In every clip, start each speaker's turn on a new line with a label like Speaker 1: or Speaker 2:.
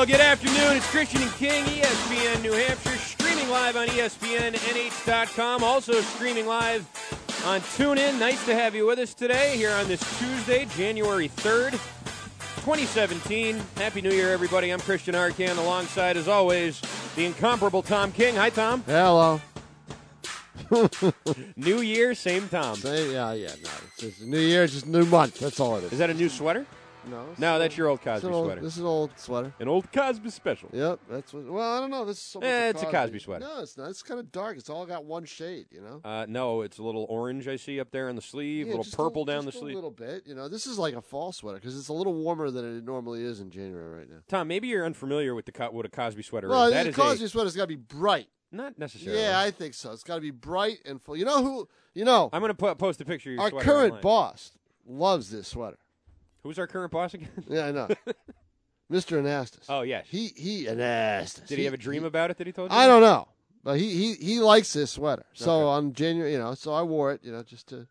Speaker 1: Well, good afternoon. It's Christian and King, E ESPN New Hampshire, streaming live on E ESPNNH.com, also streaming live on TuneIn. Nice to have you with us today here on this Tuesday, January 3rd, 2017. Happy New Year, everybody. I'm Christian Arcan, alongside, as always, the incomparable Tom King. Hi, Tom.
Speaker 2: Hello.
Speaker 1: New Year, same Tom.
Speaker 2: Say, yeah, yeah, no. It's just a new year, it's just a new month. That's all it is.
Speaker 1: Is that a new sweater?
Speaker 2: no, it's
Speaker 1: No,
Speaker 2: an
Speaker 1: that's your old
Speaker 2: it's
Speaker 1: Cosby
Speaker 2: an old,
Speaker 1: sweater.
Speaker 2: This is an old sweater.
Speaker 1: An old Cosby special.
Speaker 2: Yep, that's what. Well, I don't know. This is so much
Speaker 1: Eh,
Speaker 2: of
Speaker 1: it's a
Speaker 2: Cosby.
Speaker 1: Cosby sweater.
Speaker 2: No, it's not. It's kind of dark. It's all got one shade, you know.
Speaker 1: Uh, no, it's a little orange I see up there on the sleeve,
Speaker 2: Yeah,
Speaker 1: a little
Speaker 2: just
Speaker 1: purple down the
Speaker 2: just
Speaker 1: sleeve.
Speaker 2: A little bit, you know. This is like a fall sweater because it's a little warmer than it normally is in January right now.
Speaker 1: Tom, maybe you're unfamiliar with the co- what a Cosby sweater
Speaker 2: Well,
Speaker 1: is. That
Speaker 2: the
Speaker 1: is
Speaker 2: Cosby
Speaker 1: a,
Speaker 2: sweater's got to be bright.
Speaker 1: not necessarily.
Speaker 2: Yeah, I think so. It's got to be bright and full. You know who? You know,
Speaker 1: I, am going to po- post a picture of your
Speaker 2: our
Speaker 1: sweater
Speaker 2: current
Speaker 1: online.
Speaker 2: boss loves this sweater.
Speaker 1: Who's our current boss again?
Speaker 2: Yeah, I know. Mr. Anastas.
Speaker 1: oh yes.
Speaker 2: He he Anastas.
Speaker 1: Did he have a dream about it that he told you?
Speaker 2: I don't know. But he, he, he likes this sweater. So
Speaker 1: Okay.
Speaker 2: on January you know, so I wore it, you know, just to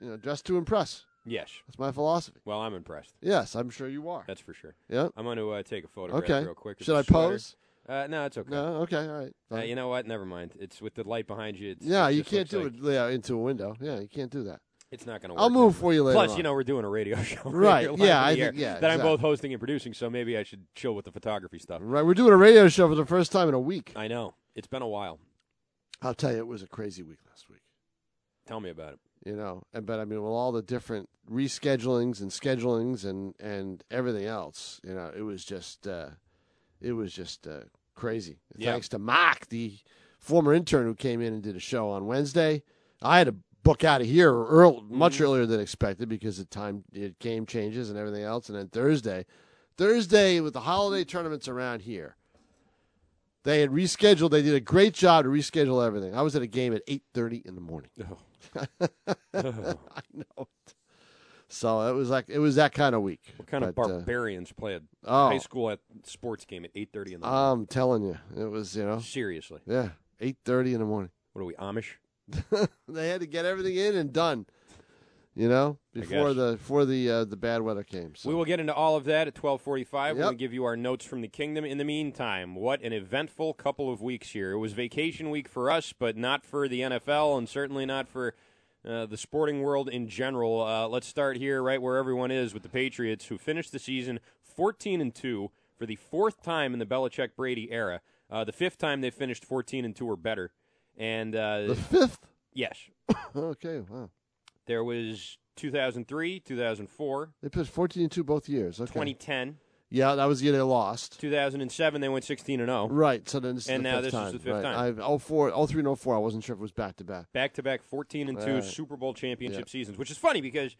Speaker 2: you know, dress to impress.
Speaker 1: Yes.
Speaker 2: That's my philosophy.
Speaker 1: Well, I'm impressed.
Speaker 2: Yes, I'm sure you are.
Speaker 1: That's for sure.
Speaker 2: Yep.
Speaker 1: I'm going to uh, take a photograph
Speaker 2: Okay.
Speaker 1: real quick. of
Speaker 2: Should
Speaker 1: the
Speaker 2: I
Speaker 1: sweater.
Speaker 2: pose?
Speaker 1: Uh, no, it's okay.
Speaker 2: No, okay, all right.
Speaker 1: Uh,
Speaker 2: fine.
Speaker 1: you know what? Never mind. It's with the light behind you. It's,
Speaker 2: yeah,
Speaker 1: it
Speaker 2: you
Speaker 1: just
Speaker 2: can't
Speaker 1: looks
Speaker 2: do
Speaker 1: like-
Speaker 2: it yeah, into a window. Yeah, you can't do that.
Speaker 1: It's not going to work.
Speaker 2: I'll move
Speaker 1: never
Speaker 2: for you
Speaker 1: mind.
Speaker 2: later.
Speaker 1: Plus,
Speaker 2: on.
Speaker 1: you know, we're doing a radio show.
Speaker 2: Right,
Speaker 1: You're live
Speaker 2: yeah,
Speaker 1: on
Speaker 2: I
Speaker 1: the air
Speaker 2: think- yeah,
Speaker 1: That I'm
Speaker 2: exactly.
Speaker 1: both hosting and producing, so maybe I should chill with the photography stuff.
Speaker 2: Right, we're doing a radio show for the first time in a week.
Speaker 1: I know. It's been a while.
Speaker 2: I'll tell you, it was a crazy week last week.
Speaker 1: Tell me about it.
Speaker 2: you know and but i mean with all the different reschedulings and schedulings and and everything else you know it was just uh it was just uh crazy
Speaker 1: Yeah.
Speaker 2: thanks to mark the former intern who came in and did a show on wednesday i had to book out of here early, much
Speaker 1: Mm-hmm.
Speaker 2: earlier than expected because the time it game changes and everything else and then thursday thursday with the holiday tournaments around here they had rescheduled they did a great job to reschedule everything i was at a game at 8.30 in the morning
Speaker 1: Oh.
Speaker 2: I know it. So it was like it was that kind of week.
Speaker 1: What kind of
Speaker 2: But, uh,
Speaker 1: barbarians play a
Speaker 2: oh. Um,
Speaker 1: high school at sports game at eight thirty in the morning?
Speaker 2: I'm telling you, it was you know,
Speaker 1: Seriously,
Speaker 2: yeah, eight thirty in the morning.
Speaker 1: what are we Amish?
Speaker 2: they had to get everything in and done, you know, before
Speaker 1: guess.
Speaker 2: the before the uh, the bad weather came. So
Speaker 1: We will get into all of that at twelve forty-five when we
Speaker 2: Yep.
Speaker 1: give you our notes from the kingdom. In the meantime, what an eventful couple of weeks here! It was vacation week for us, but not for the NFL, and certainly not for. Uh, the sporting world in general. Uh, let's start here, right where everyone is, with the Patriots, who finished the season 14 and two for the fourth time in the Belichick Brady era. Uh, the fifth time they finished 14 and two or better. And uh,
Speaker 2: the fifth.
Speaker 1: yes,
Speaker 2: Okay, wow.
Speaker 1: There was 2003, 2004,
Speaker 2: They put fourteen and two both years. Okay.
Speaker 1: 2010,
Speaker 2: Yeah, that was the year they lost.
Speaker 1: 2007. They went 16 and 0,
Speaker 2: Right. So then this is
Speaker 1: And
Speaker 2: the
Speaker 1: now
Speaker 2: fifth
Speaker 1: this is
Speaker 2: time.
Speaker 1: the fifth
Speaker 2: right.
Speaker 1: time.
Speaker 2: I've oh four, oh three, and oh four. I wasn't sure if it was back to back.
Speaker 1: back to back 14 and two
Speaker 2: Right.
Speaker 1: Super Bowl championship
Speaker 2: Yeah.
Speaker 1: seasons, which is funny because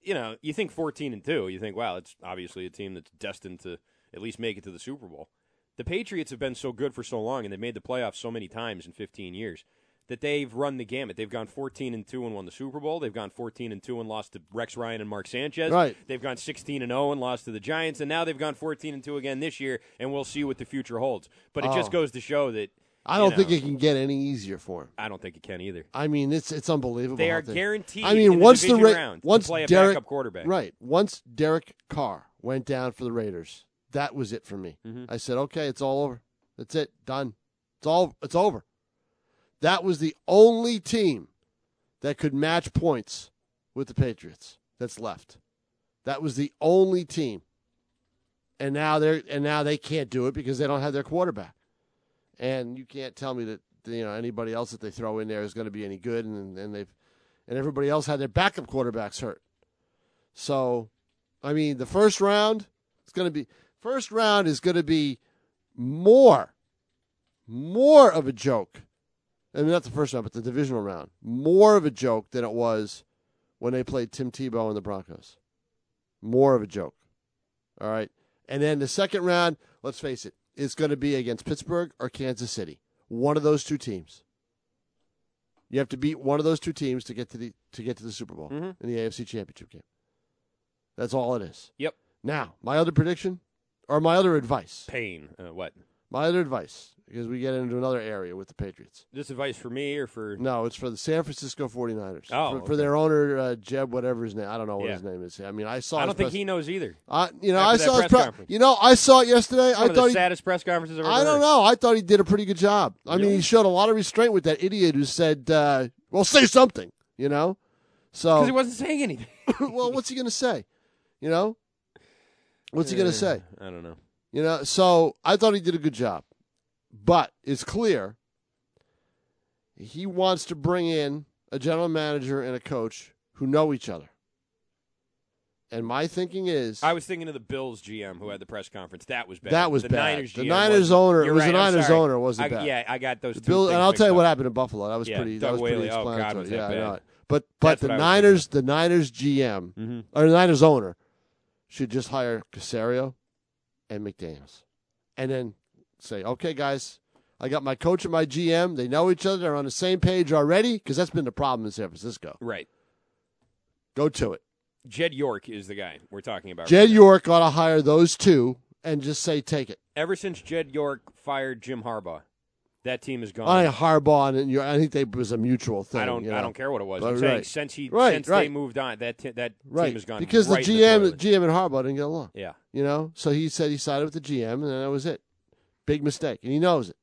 Speaker 1: you know you think 14 and two, you think wow, it's obviously a team that's destined to at least make it to the Super Bowl. The Patriots have been so good for so long, and they've made the playoffs so many times in 15 years that they've run the gamut. They've gone 14 and two and won the Super Bowl. They've gone 14 and two and lost to Rex Ryan and Mark Sanchez.
Speaker 2: Right.
Speaker 1: They've gone 16 and 0 and lost to the Giants, and now they've gone 14 and two again this year, and we'll see what the future holds. But it just
Speaker 2: Oh.
Speaker 1: goes to show that
Speaker 2: I
Speaker 1: You
Speaker 2: don't think
Speaker 1: know.
Speaker 2: it can get any easier for him.
Speaker 1: I don't think it can either.
Speaker 2: I mean, it's it's unbelievable.
Speaker 1: They
Speaker 2: how
Speaker 1: are guaranteed
Speaker 2: I mean,
Speaker 1: in the
Speaker 2: once
Speaker 1: division
Speaker 2: Ra-
Speaker 1: round to
Speaker 2: once
Speaker 1: play a
Speaker 2: Derek,
Speaker 1: backup quarterback.
Speaker 2: right? Once Derek Carr went down for the Raiders, that was it for me.
Speaker 1: Mm-hmm.
Speaker 2: I said, okay, it's all over. That's it, done. It's all it's over. That was the only team that could match points with the Patriots. That's left. That was the only team, and now they're and now they can't do it because they don't have their quarterback and you can't tell me that you know anybody else that they throw in there is going to be any good and and they've and everybody else had their backup quarterbacks hurt so i mean the first round is going to be first round is going to be more more of a joke i mean not the first round but the divisional round more of a joke than it was when they played tim tebow and the broncos more of a joke all right. And then the second round, let's face it, it's going to be against Pittsburgh or Kansas City. One of those two teams. You have to beat one of those two teams to get to the to get to the Super Bowl
Speaker 1: Mhm.
Speaker 2: in the AFC Championship game. That's all it is.
Speaker 1: Yep.
Speaker 2: Now, my other prediction or my other advice.
Speaker 1: Pain. Uh, what?
Speaker 2: My other advice because we get into another area with the Patriots.
Speaker 1: This advice for me or for
Speaker 2: No, it's for the San Francisco 49ers.
Speaker 1: Oh,
Speaker 2: for,
Speaker 1: okay.
Speaker 2: for their owner uh, Jeb, whatever his name. I don't know what
Speaker 1: Yeah.
Speaker 2: his name is. I mean, I saw.
Speaker 1: I
Speaker 2: his
Speaker 1: don't think
Speaker 2: press-
Speaker 1: he knows either.
Speaker 2: I, you know,
Speaker 1: after
Speaker 2: I
Speaker 1: that
Speaker 2: saw. his
Speaker 1: press
Speaker 2: pre-
Speaker 1: conference.
Speaker 2: you know, I saw it yesterday. I
Speaker 1: One of the
Speaker 2: thought. He,
Speaker 1: saddest press conferences I've ever
Speaker 2: I don't
Speaker 1: heard.
Speaker 2: know. I thought he did a pretty good job. I mean,
Speaker 1: Really?
Speaker 2: he showed a lot of restraint with that idiot who said, uh, "Well, say something," you know. So
Speaker 1: because he wasn't saying anything.
Speaker 2: well, what's he going to say? You know, what's he going
Speaker 1: Uh,
Speaker 2: to say?
Speaker 1: I don't know.
Speaker 2: You know, so I thought he did a good job, but it's clear he wants to bring in a general manager and a coach who know each other. And my thinking is
Speaker 1: I was thinking of the Bills GM who had the press conference. That was bad.
Speaker 2: that was
Speaker 1: the
Speaker 2: bad.
Speaker 1: Niners
Speaker 2: the
Speaker 1: GM
Speaker 2: Niners
Speaker 1: wasn't-
Speaker 2: owner
Speaker 1: You're
Speaker 2: it was
Speaker 1: right,
Speaker 2: the
Speaker 1: I'm
Speaker 2: Niners
Speaker 1: sorry.
Speaker 2: owner wasn't
Speaker 1: I-
Speaker 2: bad.
Speaker 1: Yeah, I got those two.
Speaker 2: Bill,
Speaker 1: things
Speaker 2: and I'll
Speaker 1: mixed
Speaker 2: tell you
Speaker 1: up.
Speaker 2: what happened in Buffalo. That was
Speaker 1: Yeah,
Speaker 2: pretty.
Speaker 1: Doug
Speaker 2: that was pretty
Speaker 1: Whaley. Oh, God,
Speaker 2: explanatory.
Speaker 1: was that
Speaker 2: yeah, I
Speaker 1: bad.
Speaker 2: know. But but
Speaker 1: That's
Speaker 2: the
Speaker 1: what I was thinking.
Speaker 2: Niners, the Niners GM
Speaker 1: Mhm.
Speaker 2: or the Niners owner should just hire Casario and McDaniels, and then say, okay, guys, I got my coach and my GM. They know each other. They're on the same page already because that's been the problem in San Francisco.
Speaker 1: Right.
Speaker 2: Go to it.
Speaker 1: Jed York is the guy we're talking about.
Speaker 2: Jed
Speaker 1: right now.
Speaker 2: York ought to hire those two and just say, take it.
Speaker 1: Ever since Jed York fired Jim Harbaugh, that team is gone.
Speaker 2: I think Harbaugh and York, I think they it was a mutual thing.
Speaker 1: I don't.
Speaker 2: you know?
Speaker 1: I don't care what it was.
Speaker 2: But
Speaker 1: I'm saying
Speaker 2: right.
Speaker 1: since he
Speaker 2: Right,
Speaker 1: since they
Speaker 2: right.
Speaker 1: moved on, that t- that
Speaker 2: Right,
Speaker 1: team has gone
Speaker 2: because
Speaker 1: right
Speaker 2: the
Speaker 1: in
Speaker 2: GM,
Speaker 1: toilet.
Speaker 2: GM and Harbaugh didn't get along.
Speaker 1: yeah,
Speaker 2: You know, so he said he sided with the GM, and that was it. Big mistake, and he knows it.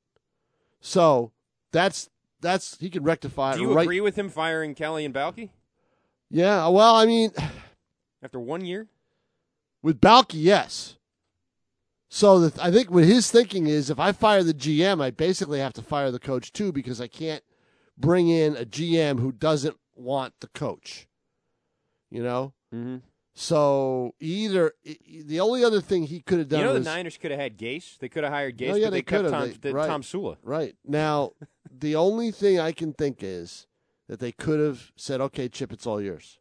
Speaker 2: So that's that's he can rectify
Speaker 1: do
Speaker 2: it.
Speaker 1: you
Speaker 2: right.
Speaker 1: agree with him firing Kelly and Balky
Speaker 2: Yeah. Well, I mean,
Speaker 1: after one year?
Speaker 2: with Balky, yes. So the, I think what his thinking is, if I fire the GM, I basically have to fire the coach too because I can't bring in a GM who doesn't want the coach. You know.
Speaker 1: Mm-hmm.
Speaker 2: So either i- i- the only other thing he could have done
Speaker 1: You know, the
Speaker 2: was
Speaker 1: Niners could have had Gase. They could have hired Gase,
Speaker 2: Oh, yeah,
Speaker 1: but they,
Speaker 2: they
Speaker 1: kept
Speaker 2: could've.
Speaker 1: Tom,
Speaker 2: They-
Speaker 1: the-
Speaker 2: right.
Speaker 1: Tom Sula.
Speaker 2: Right. Now, the only thing I can think is that they could have said, okay, Chip, it's all yours.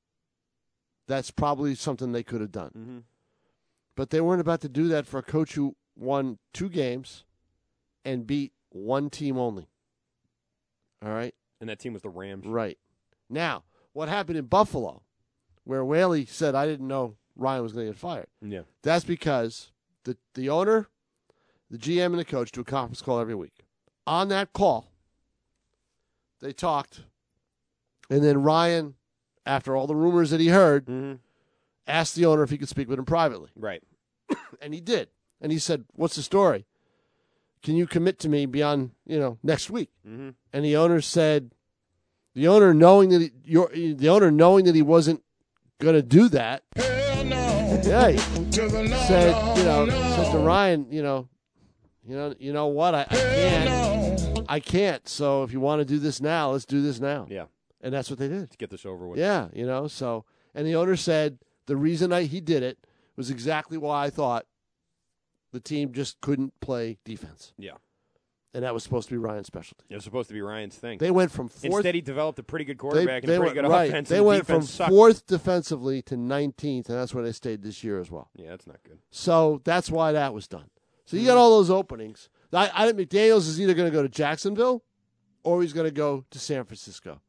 Speaker 2: That's probably something they could have done.
Speaker 1: Mm-hmm.
Speaker 2: But they weren't about to do that for a coach who won two games and beat one team only. All right.
Speaker 1: And that team was the Rams.
Speaker 2: Right. Now, what happened in Buffalo, where Whaley said, I didn't know Ryan was going to get fired?
Speaker 1: Yeah.
Speaker 2: That's because the the owner, the GM, and the coach do a conference call every week. On that call, they talked, and then Ryan, after all the rumors that he heard,
Speaker 1: Mm-hmm.
Speaker 2: asked the owner if he could speak with him privately,
Speaker 1: Right.
Speaker 2: and he did. And he said, "What's the story? Can you commit to me beyond you know next week?"
Speaker 1: Mm-hmm.
Speaker 2: and the owner said the owner knowing that he, your, the owner knowing that he wasn't going to do that yeah, he said you know said to Ryan you know you know you know what I, I can't I can't so if you want to do this now let's do this now
Speaker 1: Yeah.
Speaker 2: and that's what they did
Speaker 1: Let's get this over with.
Speaker 2: yeah you know so and the owner said the reason I, he did it was exactly why I thought the team just couldn't play defense
Speaker 1: Yeah.
Speaker 2: and that was supposed to be Ryan's specialty
Speaker 1: It was supposed to be Ryan's thing.
Speaker 2: they went from fourth
Speaker 1: Instead, he developed a pretty good quarterback and a
Speaker 2: went,
Speaker 1: pretty good
Speaker 2: right.
Speaker 1: offense.
Speaker 2: They
Speaker 1: and the
Speaker 2: went from
Speaker 1: defense sucked.
Speaker 2: fourth defensively to 19th, and that's where they stayed this year as well.
Speaker 1: Yeah, that's not good. Hmm.
Speaker 2: So that's why that was done. So you got all those openings. I, I think McDaniels is either going to go to Jacksonville or he's going to go to San Francisco.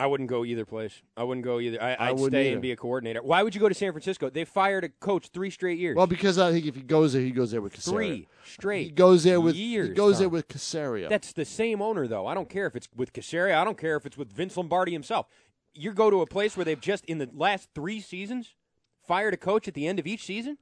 Speaker 1: I wouldn't go either place. I wouldn't go either. I, I'd
Speaker 2: I wouldn't
Speaker 1: stay
Speaker 2: either.
Speaker 1: and be a coordinator. Why would you go to San Francisco? They fired a coach three straight years.
Speaker 2: Well, because I think if he goes there, he goes there with Casario.
Speaker 1: three straight.
Speaker 2: He goes there with
Speaker 1: years,
Speaker 2: he goes
Speaker 1: Tom.
Speaker 2: there with Casario.
Speaker 1: That's the same owner, though. I don't care if it's with Casario. I don't care if it's with Vince Lombardi himself. You go to a place where they've just, in the last three seasons, fired a coach at the end of each season?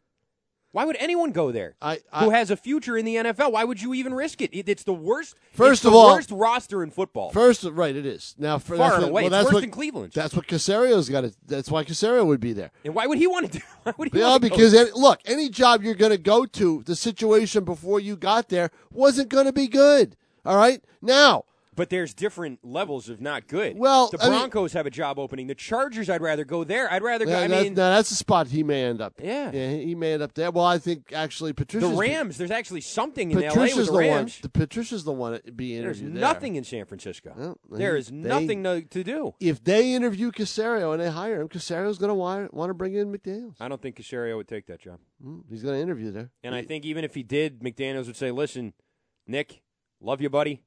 Speaker 1: Why would anyone go there?
Speaker 2: I,
Speaker 1: Who
Speaker 2: I
Speaker 1: has a future in the NFL? Why would you even risk it? It- It's the worst.
Speaker 2: First
Speaker 1: it's the
Speaker 2: of all-
Speaker 1: worst roster in football.
Speaker 2: first right it is now for
Speaker 1: far
Speaker 2: that's
Speaker 1: and
Speaker 2: what-
Speaker 1: away,
Speaker 2: well,
Speaker 1: it's
Speaker 2: that's
Speaker 1: worse
Speaker 2: what-
Speaker 1: than Cleveland.
Speaker 2: That's what Casario's got. To, that's why Casario would be there.
Speaker 1: and why would he want to do? Why would he?
Speaker 2: Yeah,
Speaker 1: want to
Speaker 2: because
Speaker 1: go?
Speaker 2: any, look, any job you're going to go to, the situation before you got there wasn't going to be good. All right, now
Speaker 1: but there's different levels of not good.
Speaker 2: Well,
Speaker 1: the
Speaker 2: I mean-
Speaker 1: Broncos have a job opening. The Chargers, I'd rather go there. I'd rather go.
Speaker 2: that-
Speaker 1: I
Speaker 2: that-
Speaker 1: mean,
Speaker 2: now that's the spot he may end up.
Speaker 1: Yeah.
Speaker 2: he he may end up there. Well, I think actually
Speaker 1: the
Speaker 2: Patricia's
Speaker 1: Rams. There's actually something in LA with
Speaker 2: Patricia's the,
Speaker 1: the
Speaker 2: one.
Speaker 1: Rams.
Speaker 2: The Patricia's the one to be
Speaker 1: There's
Speaker 2: interviewed. there.
Speaker 1: nothing in San Francisco.
Speaker 2: Well, they-
Speaker 1: there is
Speaker 2: they-
Speaker 1: nothing to, to do.
Speaker 2: If they interview Casario and they hire him, Casario's going to want, want to bring in McDaniel's.
Speaker 1: I don't think Casario would take that job.
Speaker 2: Mm, He's going to interview there.
Speaker 1: And I think even if he did, McDaniels would say, "Listen, Nick, love you, buddy,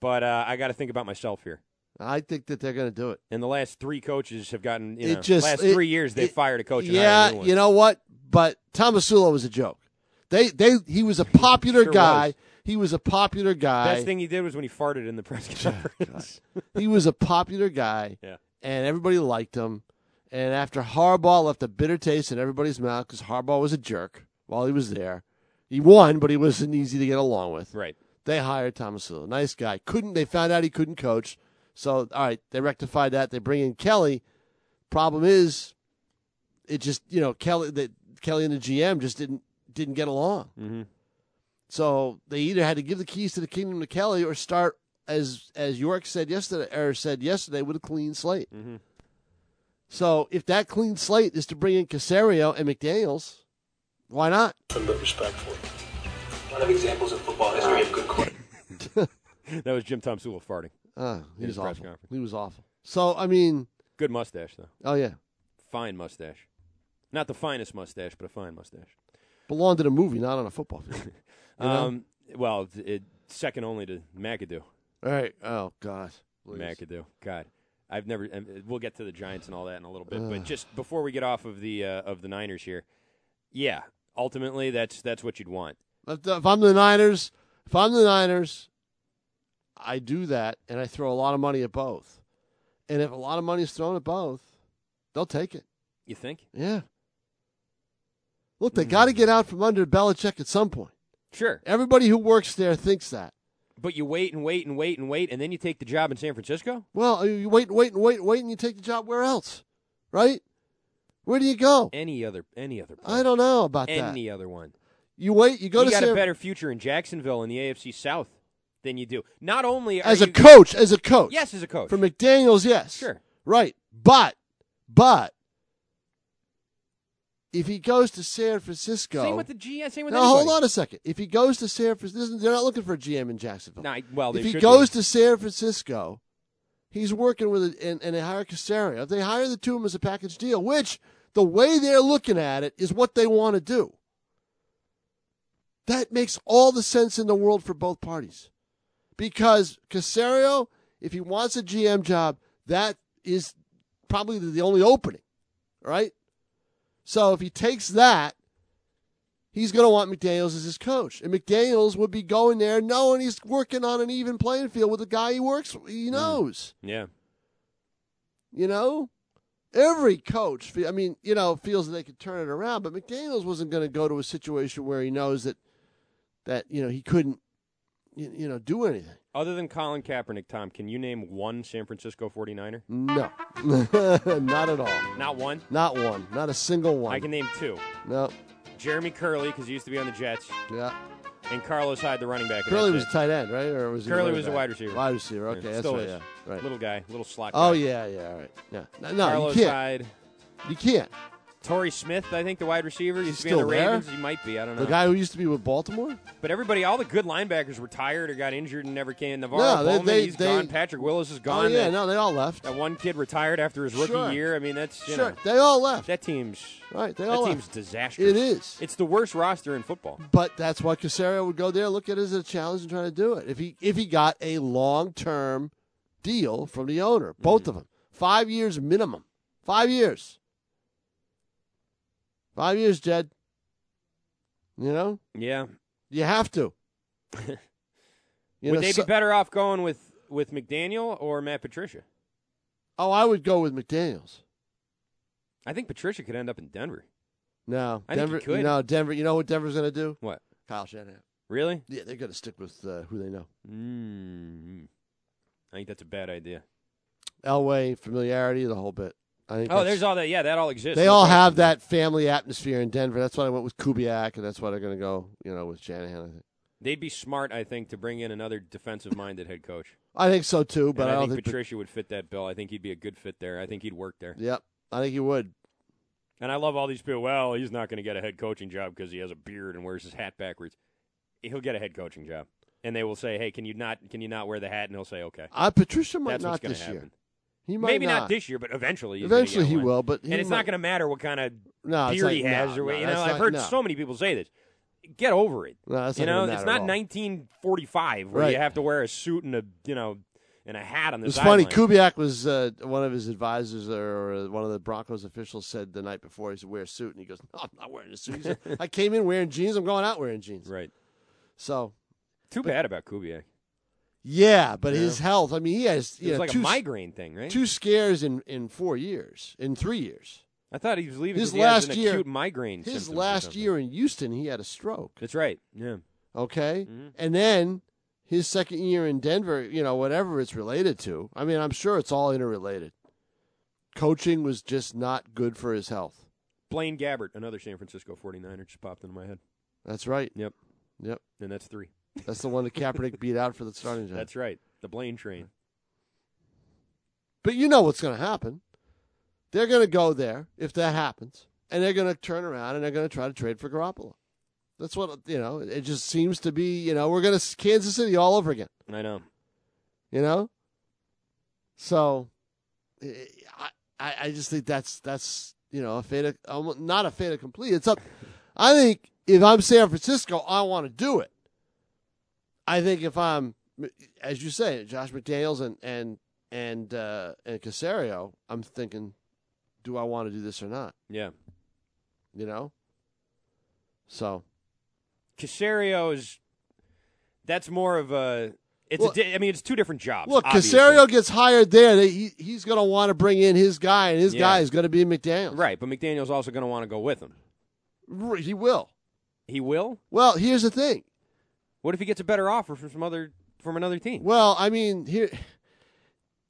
Speaker 1: but uh, I got to think about myself here."
Speaker 2: I think that they're going to do it.
Speaker 1: And the last three coaches have gotten. You
Speaker 2: It
Speaker 1: know,
Speaker 2: just-
Speaker 1: last
Speaker 2: it-
Speaker 1: three years they
Speaker 2: it-
Speaker 1: fired a coach. and hired a
Speaker 2: Yeah,
Speaker 1: new one.
Speaker 2: you know what? But Tom Asulo was a joke. They they he was a popular
Speaker 1: Sure
Speaker 2: guy.
Speaker 1: was.
Speaker 2: He was a popular guy.
Speaker 1: Best thing he did was when he farted in the press conference.
Speaker 2: he was a popular guy,
Speaker 1: Yeah.
Speaker 2: and everybody liked him. And after Harbaugh left a bitter taste in everybody's mouth because Harbaugh was a jerk while he was there, he won, but he wasn't easy to get along with.
Speaker 1: right.
Speaker 2: They hired Thomasville, nice guy. Couldn't they found out he couldn't coach? So all right, they rectified that. They bring in Kelly. Problem is, it just you know Kelly that Kelly and the GM just didn't didn't get along.
Speaker 1: Mm-hmm.
Speaker 2: So they either had to give the keys to the kingdom to Kelly or start as as York said yesterday or said yesterday with a clean slate.
Speaker 1: Mhm.
Speaker 2: So if that clean slate is to bring in Casario and McDaniels, why not?
Speaker 3: nothing but respectful. A lot of examples in football history of good quarterbacks.
Speaker 1: That was Jim Tom Sula farting.
Speaker 2: Uh, he
Speaker 1: In
Speaker 2: was
Speaker 1: Ah, a press
Speaker 2: awful.
Speaker 1: conference.
Speaker 2: He was awful. So I mean,
Speaker 1: Good mustache though.
Speaker 2: oh yeah,
Speaker 1: Fine mustache. Not the finest mustache, but a fine mustache.
Speaker 2: belonged in a movie, not on a football field. know?
Speaker 1: Um, well, it, it second only to McAdoo.
Speaker 2: All right. Oh God. Please.
Speaker 1: McAdoo. God, I've never. And we'll get to the Giants and all that in a little bit, but just before we get off of the uh, of the Niners here, yeah. Ultimately, that's that's what you'd want.
Speaker 2: If the- if I'm the Niners, if I'm the Niners, I do that and I throw a lot of money at both. And if a lot of money is thrown at both, they'll take it.
Speaker 1: You think?
Speaker 2: Yeah. Look, they got to get out from under Belichick at some point.
Speaker 1: Sure,
Speaker 2: Everybody who works there thinks that.
Speaker 1: but you wait and wait and wait and wait, and then you take the job in San Francisco.
Speaker 2: Well, you wait and wait and wait and wait, and you take the job where else, right? Where do you go?
Speaker 1: Any other any other? Place.
Speaker 2: I don't know about
Speaker 1: any
Speaker 2: that.
Speaker 1: other one.
Speaker 2: You wait, you go
Speaker 1: you
Speaker 2: to
Speaker 1: got
Speaker 2: San
Speaker 1: a better future in Jacksonville in the AFC South than you do. Not only are
Speaker 2: as a
Speaker 1: you-
Speaker 2: coach, as a coach.
Speaker 1: yes, as a coach,
Speaker 2: For McDaniels, yes.
Speaker 1: Sure.
Speaker 2: Right. But, but, if he goes to San Francisco.
Speaker 1: Same with the GM. Same with
Speaker 2: now,
Speaker 1: anybody.
Speaker 2: hold on a second. If he goes to San Francisco, they're not looking for a GM in Jacksonville.
Speaker 1: Nah, well, they
Speaker 2: if he
Speaker 1: should
Speaker 2: goes
Speaker 1: be.
Speaker 2: to San Francisco, he's working with a, and, and they hire Casario. If they hire the two of them as a package deal, which the way they're looking at it is what they want to do. That makes all the sense in the world for both parties. Because Casario, if he wants a GM job, that is probably the only opening, right? So if he takes that, he's going to want McDaniels as his coach, and McDaniels would be going there knowing he's working on an even playing field with a guy he works. He knows,
Speaker 1: yeah,
Speaker 2: you know. Every coach, fe- I mean, you know, feels that they could turn it around, but McDaniels wasn't going to go to a situation where he knows that that you know he couldn't, you, you know, do anything.
Speaker 1: Other than Colin Kaepernick, Tom, can you name one San Francisco 49er?
Speaker 2: No, not at all.
Speaker 1: Not one.
Speaker 2: Not one. Not a single one.
Speaker 1: I can name two.
Speaker 2: no.
Speaker 1: Jeremy Curley, because he used to be on the Jets,
Speaker 2: Yeah.
Speaker 1: and Carlos Hyde, the running back. and
Speaker 2: Curly was
Speaker 1: that's
Speaker 2: a tight end, right? Or was he a
Speaker 1: Curley
Speaker 2: running
Speaker 1: was a
Speaker 2: back?
Speaker 1: wide receiver.
Speaker 2: Wide receiver.
Speaker 1: it.
Speaker 2: Okay,
Speaker 1: Yeah,
Speaker 2: that's
Speaker 1: Still
Speaker 2: right.
Speaker 1: is.
Speaker 2: Yeah, right.
Speaker 1: Little guy, little slot.
Speaker 2: Oh
Speaker 1: guy.
Speaker 2: yeah, yeah, all right. Yeah, no, no,
Speaker 1: Carlos
Speaker 2: you can't.
Speaker 1: Hyde,
Speaker 2: You can't.
Speaker 1: Torrey Smith, I think the wide receiver. He used
Speaker 2: He's
Speaker 1: to be on the
Speaker 2: still there?
Speaker 1: Ravens. He might be. I don't know.
Speaker 2: The guy who used to be with Baltimore.
Speaker 1: But everybody, all the good linebackers retired or got injured and never came. Navarro
Speaker 2: No, they-
Speaker 1: Bowman,
Speaker 2: they-
Speaker 1: he's
Speaker 2: they-
Speaker 1: gone. Patrick Willis is gone.
Speaker 2: oh yeah,
Speaker 1: that,
Speaker 2: no, they all left.
Speaker 1: that one kid retired after his rookie
Speaker 2: Sure.
Speaker 1: year. I mean, that's you
Speaker 2: Sure,
Speaker 1: know,
Speaker 2: they all left.
Speaker 1: that team's
Speaker 2: Right, they
Speaker 1: that
Speaker 2: all
Speaker 1: team's
Speaker 2: left.
Speaker 1: disastrous.
Speaker 2: It is.
Speaker 1: It's the worst roster in football.
Speaker 2: But that's why Casario would go there, look at it as a challenge, and try to do it. If he if he got a long term deal from the owner,
Speaker 1: Mm-hmm.
Speaker 2: both of them, five years minimum, five years, five years, Jed. You know,
Speaker 1: Yeah.
Speaker 2: you have to. You
Speaker 1: Would
Speaker 2: know,
Speaker 1: they
Speaker 2: so-
Speaker 1: be better off going with with McDaniel or Matt Patricia?
Speaker 2: oh, I would go with McDaniel's.
Speaker 1: I think Patricia could end up in Denver.
Speaker 2: No,
Speaker 1: I think
Speaker 2: Denver.
Speaker 1: he could.
Speaker 2: No, Denver. You know what Denver's going to do?
Speaker 1: What?
Speaker 2: Kyle Shanahan.
Speaker 1: Really?
Speaker 2: Yeah, they're going to stick with uh, who they know.
Speaker 1: Mm. I think that's a bad idea.
Speaker 2: Elway, familiarity, the whole bit. I think.
Speaker 1: Oh,
Speaker 2: that's-
Speaker 1: there's all that. Yeah, that all exists.
Speaker 2: They
Speaker 1: No
Speaker 2: all
Speaker 1: question.
Speaker 2: have that family atmosphere in Denver. That's why I went with Kubiak, and that's why they're going to go, you know, with Shanahan. I think.
Speaker 1: They'd be smart, I think, to bring in another defensive-minded head coach.
Speaker 2: I think so too, but
Speaker 1: And
Speaker 2: I
Speaker 1: I
Speaker 2: don't
Speaker 1: think
Speaker 2: think.
Speaker 1: Patricia would fit that bill. I think he'd be a good fit there. I think he'd work there.
Speaker 2: yep, I think he would.
Speaker 1: And I love all these people. Well, he's not going to get a head coaching job because he has a beard and wears his hat backwards. He'll get a head coaching job, and they will say, "Hey, can you not? Can you not wear the hat?" And he'll say, "Okay."
Speaker 2: Uh, Patricia might
Speaker 1: That's
Speaker 2: not
Speaker 1: what's going
Speaker 2: this
Speaker 1: to happen.
Speaker 2: year. He might
Speaker 1: Maybe not. this year, but eventually, he's gonna
Speaker 2: Eventually,
Speaker 1: get
Speaker 2: he
Speaker 1: one.
Speaker 2: will, but he
Speaker 1: And it's
Speaker 2: might-
Speaker 1: not going to matter what kind of
Speaker 2: No, it's
Speaker 1: beard
Speaker 2: like,
Speaker 1: he has,
Speaker 2: no,
Speaker 1: or what,
Speaker 2: no,
Speaker 1: you know.
Speaker 2: that's
Speaker 1: I've
Speaker 2: not-
Speaker 1: heard
Speaker 2: no.
Speaker 1: so many people say this. Get over it.
Speaker 2: No, that's
Speaker 1: you
Speaker 2: not gonna
Speaker 1: know,
Speaker 2: matter
Speaker 1: it's
Speaker 2: at
Speaker 1: not
Speaker 2: all.
Speaker 1: 1945 where
Speaker 2: Right.
Speaker 1: you have to wear a suit and a you know and a hat on the
Speaker 2: It was funny.
Speaker 1: sideline.
Speaker 2: Kubiak was uh, one of his advisors, or uh, one of the Broncos officials said the night before he said wear a suit, and he goes, "No, I'm not wearing a suit." He said, I came in wearing jeans. I'm going out wearing jeans.
Speaker 1: Right.
Speaker 2: So,
Speaker 1: Too bad about Kubiak.
Speaker 2: Yeah, but
Speaker 1: Yeah.
Speaker 2: his health. I mean, he has
Speaker 1: It
Speaker 2: you
Speaker 1: was
Speaker 2: know,
Speaker 1: like
Speaker 2: two,
Speaker 1: a migraine thing, right?
Speaker 2: two scares in in four years, in three years.
Speaker 1: I thought he was leaving.
Speaker 2: His
Speaker 1: 'cause he has
Speaker 2: last
Speaker 1: an
Speaker 2: year-
Speaker 1: acute migraine.
Speaker 2: His
Speaker 1: symptoms or
Speaker 2: last
Speaker 1: something.
Speaker 2: year in Houston, he had a stroke.
Speaker 1: That's right. Yeah.
Speaker 2: Okay,
Speaker 1: Mhm.
Speaker 2: and then his second year in Denver, you know, whatever it's related to. I mean, I'm sure it's all interrelated. Coaching was just not good for his health.
Speaker 1: Blaine Gabbert, another San Francisco 49er, just popped into my head,
Speaker 2: That's right.
Speaker 1: Yep.
Speaker 2: Yep.
Speaker 1: and that's three.
Speaker 2: That's the one that Kaepernick beat out for the starting job.
Speaker 1: That's right. The Blaine train.
Speaker 2: But you know what's going to happen. They're going to go there if that happens, and they're going to turn around and they're going to try to trade for Garoppolo. That's what you know. It just seems to be you know we're going to Kansas City all over again.
Speaker 1: I know.
Speaker 2: You know, so eh, I I I just think that's that's you know a fait ac- almo- not a fait complete. It's up. I think if I'm San Francisco, I want to do it. I think if I'm, as you say, Josh McDaniels and and and uh, and Casario, I'm thinking, do I want to do this or not?
Speaker 1: Yeah.
Speaker 2: You know. So
Speaker 1: Casario is. That's more of a. It's.
Speaker 2: Well-
Speaker 1: a di- I mean, it's two different jobs.
Speaker 2: look,
Speaker 1: obviously.
Speaker 2: Casario gets hired there. They, he, he's going to want to bring in his guy, and his
Speaker 1: Yeah.
Speaker 2: guy is going to be McDaniels.
Speaker 1: Right, but McDaniel's also going to want to go with him.
Speaker 2: R- He will.
Speaker 1: He will.
Speaker 2: Well, here's the thing.
Speaker 1: What if he gets a better offer from some other from another team?
Speaker 2: Well, I mean, here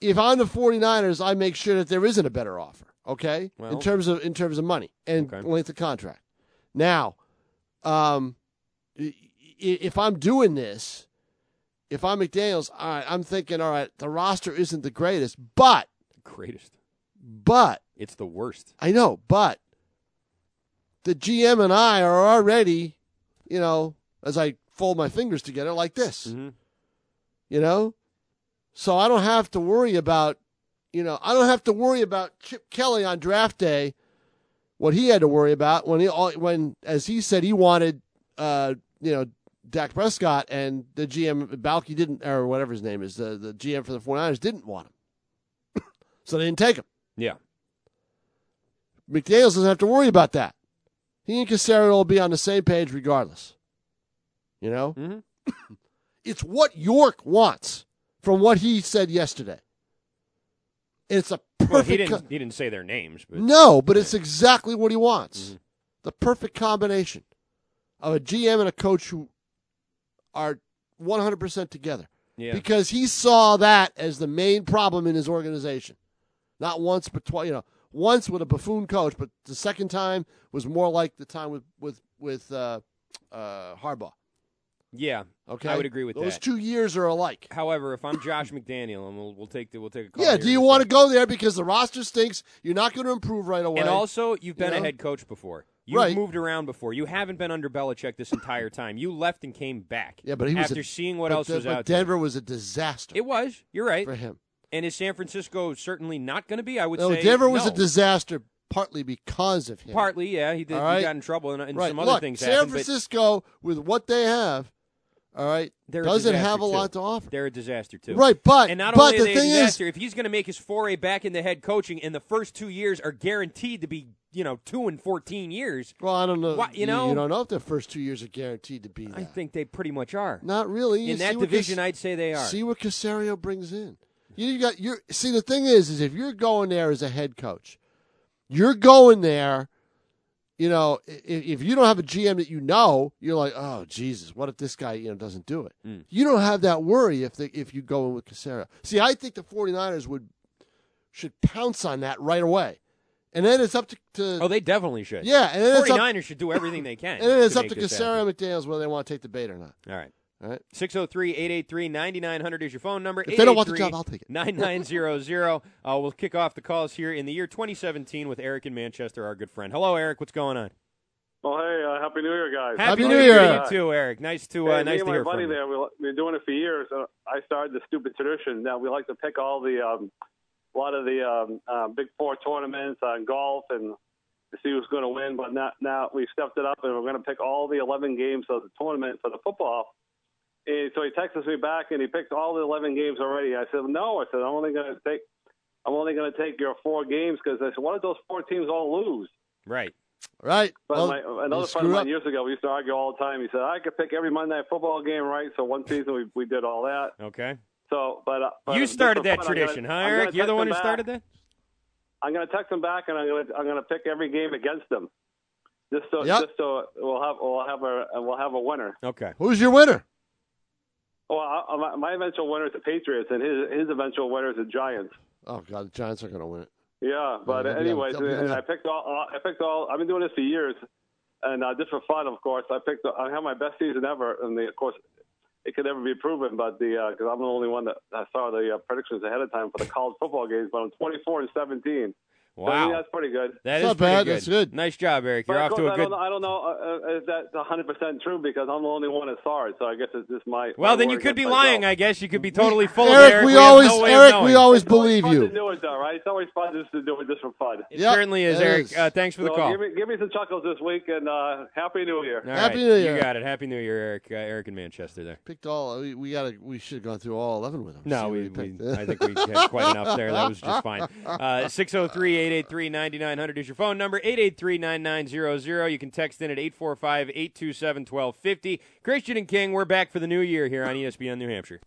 Speaker 2: if I'm the 49ers, I make sure that there isn't a better offer, okay?
Speaker 1: Well-
Speaker 2: in terms of in terms of money and
Speaker 1: Okay.
Speaker 2: length of contract. Now, um i- i- if I'm doing this, if I'm McDaniels, all right, I'm thinking, all right, the roster isn't the greatest, but
Speaker 1: Greatest.
Speaker 2: but
Speaker 1: It's the worst.
Speaker 2: I know, but the GM and I are already, you know, as I fold my fingers together like this
Speaker 1: Mhm.
Speaker 2: you know so i don't have to worry about you know i don't have to worry about chip kelly on draft day what he had to worry about when he all when as he said he wanted uh you know Dak Prescott and the GM Balky didn't or whatever his name is the, the GM for the 49ers didn't want him. so they didn't take him.
Speaker 1: Yeah.
Speaker 2: McDaniels doesn't have to worry about that. He and Casario will be on the same page regardless. You know?
Speaker 1: Mhm.
Speaker 2: It's what York wants from what he said yesterday. And it's a perfect.
Speaker 1: Well, he didn't.
Speaker 2: co-
Speaker 1: He didn't say their names, but
Speaker 2: no, but it's exactly what he wants.
Speaker 1: Mhm.
Speaker 2: The perfect combination of a GM and a coach who are 100% together.
Speaker 1: yeah.
Speaker 2: Because he saw that as the main problem in his organization. Not once, but twice. You know, once with a buffoon coach, but the second time was more like the time with with with uh, uh, Harbaugh.
Speaker 1: yeah.
Speaker 2: Okay,
Speaker 1: I would agree with
Speaker 2: Those
Speaker 1: that.
Speaker 2: two years are alike.
Speaker 1: However, if I'm Josh McDaniel, and we'll, we'll take the, we'll take a call.
Speaker 2: Yeah,
Speaker 1: here
Speaker 2: do
Speaker 1: in
Speaker 2: you
Speaker 1: a
Speaker 2: want to
Speaker 1: second.
Speaker 2: go there because the roster stinks? You're not going to improve Oh, right away.
Speaker 1: And also, you've been
Speaker 2: You
Speaker 1: a
Speaker 2: know?
Speaker 1: head coach before. You've
Speaker 2: Right.
Speaker 1: moved around before. You haven't been under Belichick this entire time. You left and came back.
Speaker 2: yeah, but he was
Speaker 1: after
Speaker 2: a,
Speaker 1: seeing what
Speaker 2: but
Speaker 1: else
Speaker 2: the-
Speaker 1: was
Speaker 2: but
Speaker 1: out there.
Speaker 2: Denver was a disaster
Speaker 1: It was. You're right.
Speaker 2: for him.
Speaker 1: And is San Francisco certainly not going to be? I would
Speaker 2: No,
Speaker 1: say
Speaker 2: Denver was
Speaker 1: no.
Speaker 2: a disaster partly because of him.
Speaker 1: Partly, yeah. He did.
Speaker 2: All right.
Speaker 1: He got in trouble, and, and
Speaker 2: right.
Speaker 1: some other
Speaker 2: Look,
Speaker 1: things
Speaker 2: San
Speaker 1: happened.
Speaker 2: Francisco with what they have, all right,
Speaker 1: They're a
Speaker 2: doesn't
Speaker 1: disaster,
Speaker 2: have a
Speaker 1: too.
Speaker 2: lot to offer.
Speaker 1: but they're a disaster too.
Speaker 2: Right, but
Speaker 1: And not
Speaker 2: but
Speaker 1: only
Speaker 2: the
Speaker 1: are they a
Speaker 2: thing is,
Speaker 1: disaster, if he's going to make his foray back into head coaching, and the first two years are guaranteed to be, you know, two and fourteen years,
Speaker 2: well, I don't know.
Speaker 1: Why- you know-
Speaker 2: you don't know if the first two years are guaranteed to be. That.
Speaker 1: I think they pretty much are.
Speaker 2: not really. You
Speaker 1: in
Speaker 2: see
Speaker 1: that
Speaker 2: what
Speaker 1: division,
Speaker 2: Cas-
Speaker 1: I'd say they are.
Speaker 2: See what Casario brings in. You got you see the thing is is if you're going there as a head coach, you're going there, you know, i- if you don't have a GM that you know, you're like, oh Jesus, what if this guy you know doesn't do it?
Speaker 1: Mm.
Speaker 2: You don't have that worry if the, if you go in with Casario. See, I think the 49ers would should pounce on that right away, and then it's up to, to
Speaker 1: oh, they definitely should.
Speaker 2: yeah, and then it's up,
Speaker 1: 49ers should do everything they can.
Speaker 2: and then it's
Speaker 1: to
Speaker 2: up
Speaker 1: make
Speaker 2: to
Speaker 1: this happen.
Speaker 2: Casario McDaniels whether they want to take the bait or not.
Speaker 1: All right.
Speaker 2: All right.
Speaker 1: 603-883-9900 is your phone number.
Speaker 2: If they don't want the job, I'll take it.
Speaker 1: 9900. Uh, we'll kick off the calls here in the year 2017 with Eric in Manchester, our good friend. Hello, Eric. What's going on?
Speaker 4: Well, hey, uh, happy New Year, guys!
Speaker 2: Happy New
Speaker 1: New
Speaker 2: Year.
Speaker 1: Year to you too, Eric. Nice to uh,
Speaker 4: hey,
Speaker 1: nice
Speaker 4: me
Speaker 1: to
Speaker 4: and my
Speaker 1: hear
Speaker 4: buddy
Speaker 1: from you.
Speaker 4: there, we, li- we've been doing it for years. Uh, I started the stupid tradition that we like to pick all the um, a lot of the um, uh, big four tournaments on golf and to see who's going to win. But not, now we stepped it up and we're going to pick all the 11 games of the tournament for the football. And so he texts me back and he picked all the 11 games already. I said no. I said I'm only going to take I'm only going to take your four games because I said one of those four teams all lose.
Speaker 1: Right.
Speaker 2: Right.
Speaker 4: But
Speaker 2: well,
Speaker 4: my, another
Speaker 2: you
Speaker 4: friend of
Speaker 2: screw
Speaker 4: mine
Speaker 2: up.
Speaker 4: years ago, we used to argue all the time. He said, I could pick every Monday Night football game right. So one season we, we did all that.
Speaker 1: Okay.
Speaker 4: So, but, uh, but
Speaker 1: you
Speaker 4: just
Speaker 1: started
Speaker 4: for
Speaker 1: that
Speaker 4: fun, I'm gonna-
Speaker 1: tradition,
Speaker 4: I'm
Speaker 1: huh,
Speaker 4: gonna
Speaker 1: Eric? You're the
Speaker 4: text
Speaker 1: one
Speaker 4: him
Speaker 1: who
Speaker 4: back.
Speaker 1: started that?
Speaker 4: I'm going to text them back, and I'm going to I'm going to pick every game against them, just so
Speaker 2: Yep.
Speaker 4: just so we'll have we'll have a we'll have a winner.
Speaker 1: Okay.
Speaker 2: Who's your winner?
Speaker 4: Well, I, my, my eventual winner is the Patriots, and his his eventual winner is the Giants.
Speaker 2: Oh God, the Giants are going to win it.
Speaker 4: Yeah, but
Speaker 2: that'd be-
Speaker 4: anyways,
Speaker 2: that'd be-
Speaker 4: and I picked all uh, I picked all. I've been doing this for years, and uh, just for fun, of course. I picked I had my best season ever, and the, of course. It could never be proven, but the because I'm the only one that I saw the uh, predictions ahead of time for the college football games. But I'm 24 and 17. So, I mean,
Speaker 1: Wow.
Speaker 4: that's pretty good.
Speaker 1: That
Speaker 2: It's
Speaker 1: is
Speaker 2: not
Speaker 1: pretty
Speaker 2: bad.
Speaker 1: Good.
Speaker 2: That's good.
Speaker 1: Nice job, Eric.
Speaker 4: But
Speaker 1: You're
Speaker 4: of
Speaker 1: off to
Speaker 4: course,
Speaker 1: a good.
Speaker 4: I don't know, I don't know uh, uh, if that's 100% true because I'm the only one that saw it, so I guess it's just my.
Speaker 1: Well,
Speaker 4: my
Speaker 1: then
Speaker 4: word
Speaker 1: you could be
Speaker 4: against
Speaker 1: lying. I
Speaker 4: myself.
Speaker 1: guess you could be totally full of
Speaker 2: Eric,
Speaker 1: Eric.
Speaker 2: we
Speaker 1: have
Speaker 2: always-
Speaker 1: no way of
Speaker 2: Eric, we
Speaker 1: knowing.
Speaker 2: always
Speaker 4: It's always
Speaker 2: believe
Speaker 4: fun
Speaker 2: you.
Speaker 4: to do it, though, right? It's always fun just to do it just for fun.
Speaker 1: It
Speaker 2: Yep,
Speaker 1: certainly is,
Speaker 2: it
Speaker 1: Eric.
Speaker 2: is.
Speaker 1: Uh, thanks for the
Speaker 4: so
Speaker 1: call.
Speaker 4: Give me, give me some chuckles this week and uh, Happy New Year.
Speaker 1: All
Speaker 2: Happy New Year.
Speaker 1: You got it. Happy New Year, Eric. Uh, Eric in Manchester there.
Speaker 2: Picked all. We, we got. We should have gone through all eleven with them. See
Speaker 1: No,
Speaker 2: what
Speaker 1: we, we,
Speaker 2: picked.
Speaker 1: I think we had quite enough there. That was just fine. Uh, 603 883 9900 is your phone number. 883 9900. You can text in at 845 827 1250. Christian and King, we're back for the new year here on E ESPN New Hampshire.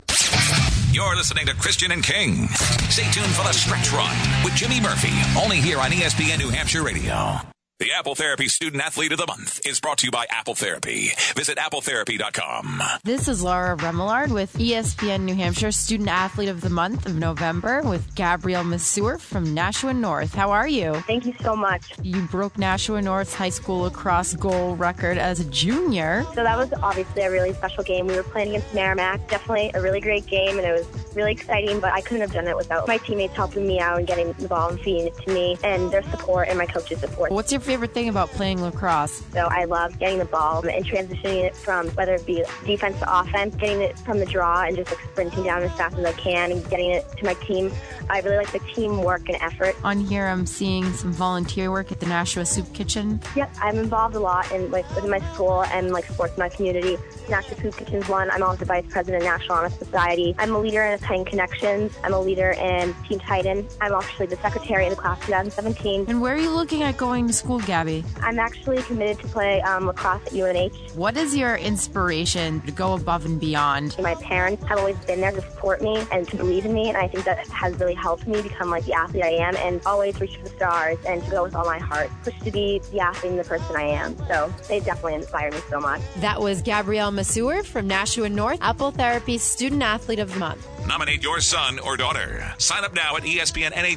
Speaker 5: You're listening to Christian and King. Stay tuned for the stretch run with Jimmy Murphy, only here on E ESPN New Hampshire Radio. The Apple Therapy Student Athlete of the Month is brought to you by Apple Therapy. Visit appletherapy.com.
Speaker 6: This is Laura Remillard with E ESPN New Hampshire Student Athlete of the Month of November with Gabrielle Masseur from Nashua North. How are you?
Speaker 7: Thank you so much.
Speaker 6: You broke Nashua North's high school lacrosse goal record as a junior.
Speaker 7: So that was obviously a really special game. We were playing against Merrimack. Definitely a really great game, and it was really exciting. But I couldn't have done it without my teammates helping me out and getting the ball and feeding it to me, and their support and my coach's support.
Speaker 6: What's your favorite thing about playing lacrosse?
Speaker 7: So I love getting the ball and transitioning it from whether it be defense to offense, getting it from the draw and just like sprinting down as fast as I can and getting it to my team. I really like the teamwork and effort.
Speaker 6: On here, I'm seeing some volunteer work at the Nashua Soup Kitchen.
Speaker 7: Yep, I'm involved a lot in like within my school and like sports in my community. National Food Kitchen's one. I'm also vice president of National Honor Society. I'm a leader in Titan Connections. I'm a leader in Team Titan. I'm actually the secretary of the class 2017.
Speaker 6: And where are you looking at going to school, Gabby?
Speaker 7: I'm actually committed to play um, lacrosse at UNH.
Speaker 6: What is your inspiration to go above and beyond?
Speaker 7: My parents have always been there to support me and to believe in me, and I think that has really helped me become like the athlete I am and always reach for the stars and to go with all my heart, push to be the athlete and the person I am. So they definitely inspire me so much.
Speaker 8: That was Gabrielle Masseur from Nashua North, Apple Therapy Student Athlete of the Month.
Speaker 5: Nominate your son or daughter. Sign up now at E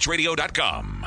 Speaker 5: espnnhradio.com.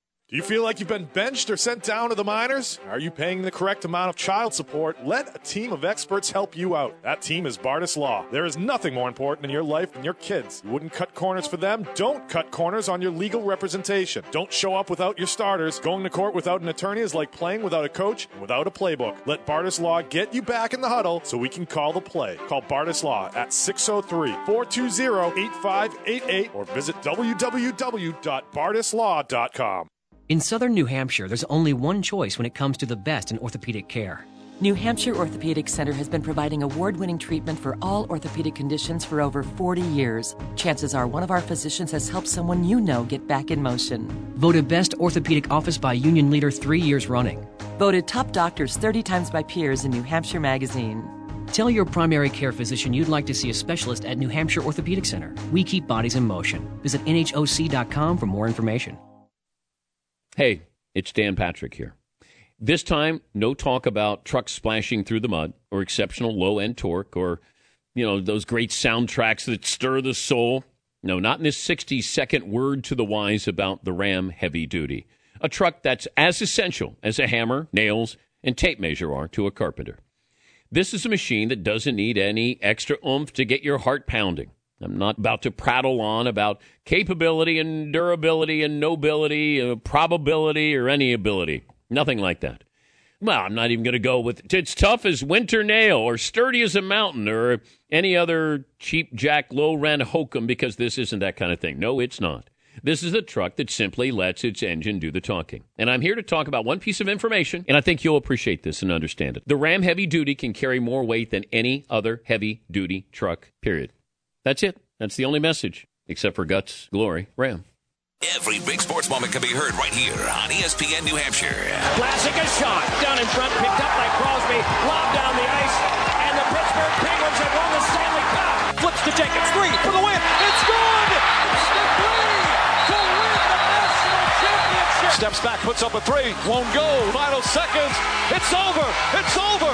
Speaker 9: Do you feel like you've been benched or sent down to the minors? Are you paying the correct amount of child support? Let a team of experts help you out. That team is Bardis Law. There is nothing more important in your life than your kids. You wouldn't cut corners for them? Don't cut corners on your legal representation. Don't show up without your starters. Going to court without an attorney is like playing without a coach and without a playbook. Let Bardis Law get you back in the huddle so we can call the play. Call Bardis Law at 603 420 8588 or visit www.bardislaw.com.
Speaker 10: In southern New Hampshire, there's only one choice when it comes to the best in orthopedic care.
Speaker 11: New Hampshire Orthopedic Center has been providing award winning treatment for all orthopedic conditions for over 40 years. Chances are one of our physicians has helped someone you know get back in motion.
Speaker 10: Voted Best Orthopedic Office by Union Leader three years running.
Speaker 11: Voted top doctors 30 times by peers in New Hampshire Magazine.
Speaker 10: Tell your primary care physician you'd like to see a specialist at New Hampshire Orthopedic Center. We keep bodies in motion. Visit NHOC.com for more information.
Speaker 12: Hey, it's Dan Patrick here. This time, no talk about trucks splashing through the mud or exceptional low end torque or, you know, those great soundtracks that stir the soul. No, not in this 60 second word to the wise about the Ram Heavy Duty, a truck that's as essential as a hammer, nails, and tape measure are to a carpenter. This is a machine that doesn't need any extra oomph to get your heart pounding. I'm not about to prattle on about capability and durability and nobility, uh, probability, or any ability. Nothing like that. Well, I'm not even going to go with it's tough as winter nail or sturdy as a mountain or any other cheap jack low rent hokum because this isn't that kind of thing. No, it's not. This is a truck that simply lets its engine do the talking. And I'm here to talk about one piece of information, and I think you'll appreciate this and understand it. The Ram Heavy Duty can carry more weight than any other heavy duty truck, period. That's it. That's the only message, except for guts, glory, Ram.
Speaker 5: Every big sports moment can be heard right here on E ESPN New Hampshire.
Speaker 13: Classic a shot down in front, picked up by Crosby, lobbed down the ice, and the Pittsburgh Penguins have won the Stanley Cup. Flips to Jacobs, three for the win. It's good. It's the three to win the national championship.
Speaker 14: Steps back, puts up a three, won't go. Final seconds. It's over. It's over.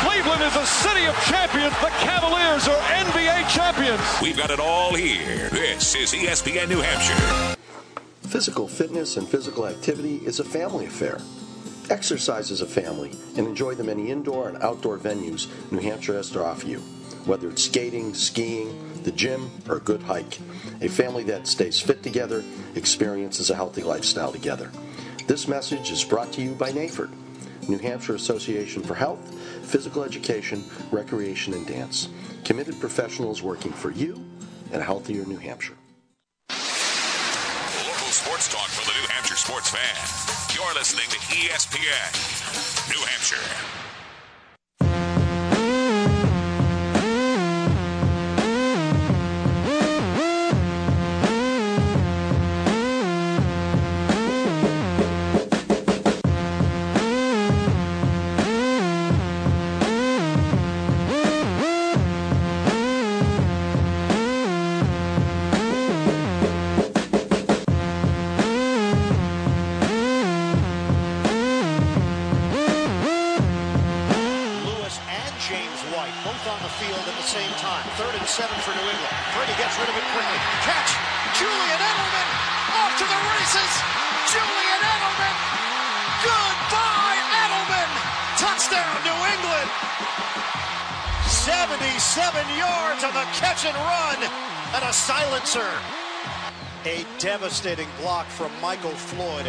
Speaker 14: Cleveland is a city of champions. The Cavaliers are NBA champions.
Speaker 5: We've got it all here. This is E ESPN New Hampshire.
Speaker 15: Physical fitness and physical activity is a family affair. Exercise as a family and enjoy the many indoor and outdoor venues New Hampshire has to offer you, whether it's skating, skiing, the gym, or a good hike. A family that stays fit together experiences a healthy lifestyle together. This message is brought to you by NAFED, New Hampshire Association for Health, Physical Education, Recreation, and Dance. Committed professionals working for you and a healthier New Hampshire.
Speaker 5: Local sports talk for the New Hampshire sports fan. You're listening to E ESPN New Hampshire.
Speaker 16: Lewis and James White both on the field at the same time. Third and seven for New England. Brady gets rid of it quickly. Catch. Julian Edelman off to the races. Julian Edelman. Goodbye, Edelman. Touchdown, New England. 77 yards on the catch and run and a silencer. A devastating block from Michael Floyd.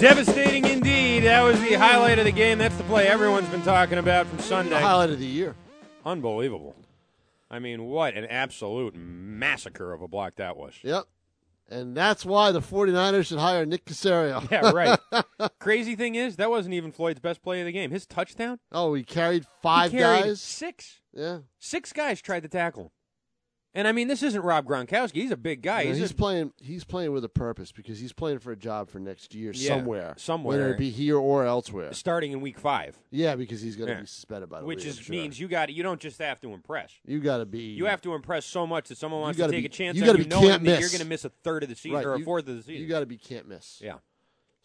Speaker 1: Devastating indeed. That was the highlight of the game. That's the play everyone's been talking about from Sunday. The highlight
Speaker 2: of the year.
Speaker 1: Unbelievable. I mean, what an absolute massacre of a block that was.
Speaker 2: Yep. And that's why the 49ers should hire Nick Casario.
Speaker 1: Yeah, right. Crazy thing is, that wasn't even Floyd's best play of the game. His touchdown?
Speaker 2: Oh, he carried five
Speaker 1: carried
Speaker 2: guys?
Speaker 1: Six.
Speaker 2: Yeah.
Speaker 1: Six guys tried to tackle him. And I mean, this isn't Rob Gronkowski. He's a big guy.
Speaker 2: No,
Speaker 1: he's
Speaker 2: he's
Speaker 1: a
Speaker 2: playing. He's playing with a purpose because he's playing for a job for next year
Speaker 1: Yeah,
Speaker 2: somewhere,
Speaker 1: somewhere.
Speaker 2: whether it be here or elsewhere.
Speaker 1: starting in week five.
Speaker 2: Yeah, because he's going to
Speaker 1: Yeah.
Speaker 2: be suspended by the
Speaker 1: Which
Speaker 2: league,
Speaker 1: is
Speaker 2: I'm sure.
Speaker 1: means you got you don't just have to impress.
Speaker 2: you got to be.
Speaker 1: You have to impress so much that someone wants to
Speaker 2: gotta
Speaker 1: take
Speaker 2: be-
Speaker 1: a chance
Speaker 2: you
Speaker 1: on
Speaker 2: gotta
Speaker 1: you
Speaker 2: be
Speaker 1: knowing
Speaker 2: can't
Speaker 1: that you're
Speaker 2: miss.
Speaker 1: going to miss a third of the season
Speaker 2: Right,
Speaker 1: or a
Speaker 2: you-
Speaker 1: fourth of the season.
Speaker 2: You got to be can't miss.
Speaker 1: Yeah.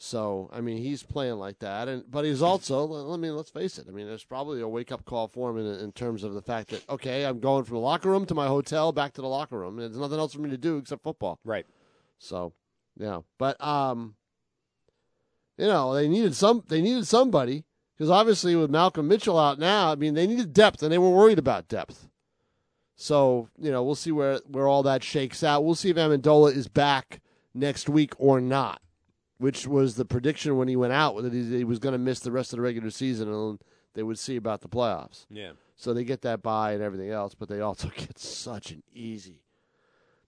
Speaker 2: So I mean, he's playing like that, and but he's also. I mean, let's face it. I mean, there's probably a wake up call for him in, in terms of the fact that okay, I'm going from the locker room to my hotel, back to the locker room. and There's nothing else for me to do except football.
Speaker 1: Right.
Speaker 2: So yeah, but um, you know, they needed some. They needed somebody because obviously with Malcolm Mitchell out now, I mean, they needed depth, and they were worried about depth. So you know, we'll see where where all that shakes out. We'll see if Amendola is back next week or not, which was the prediction when he went out that he, he was going to miss the rest of the regular season, and they would see about the playoffs.
Speaker 1: Yeah.
Speaker 2: So they get that bye and everything else, but they also get such an easy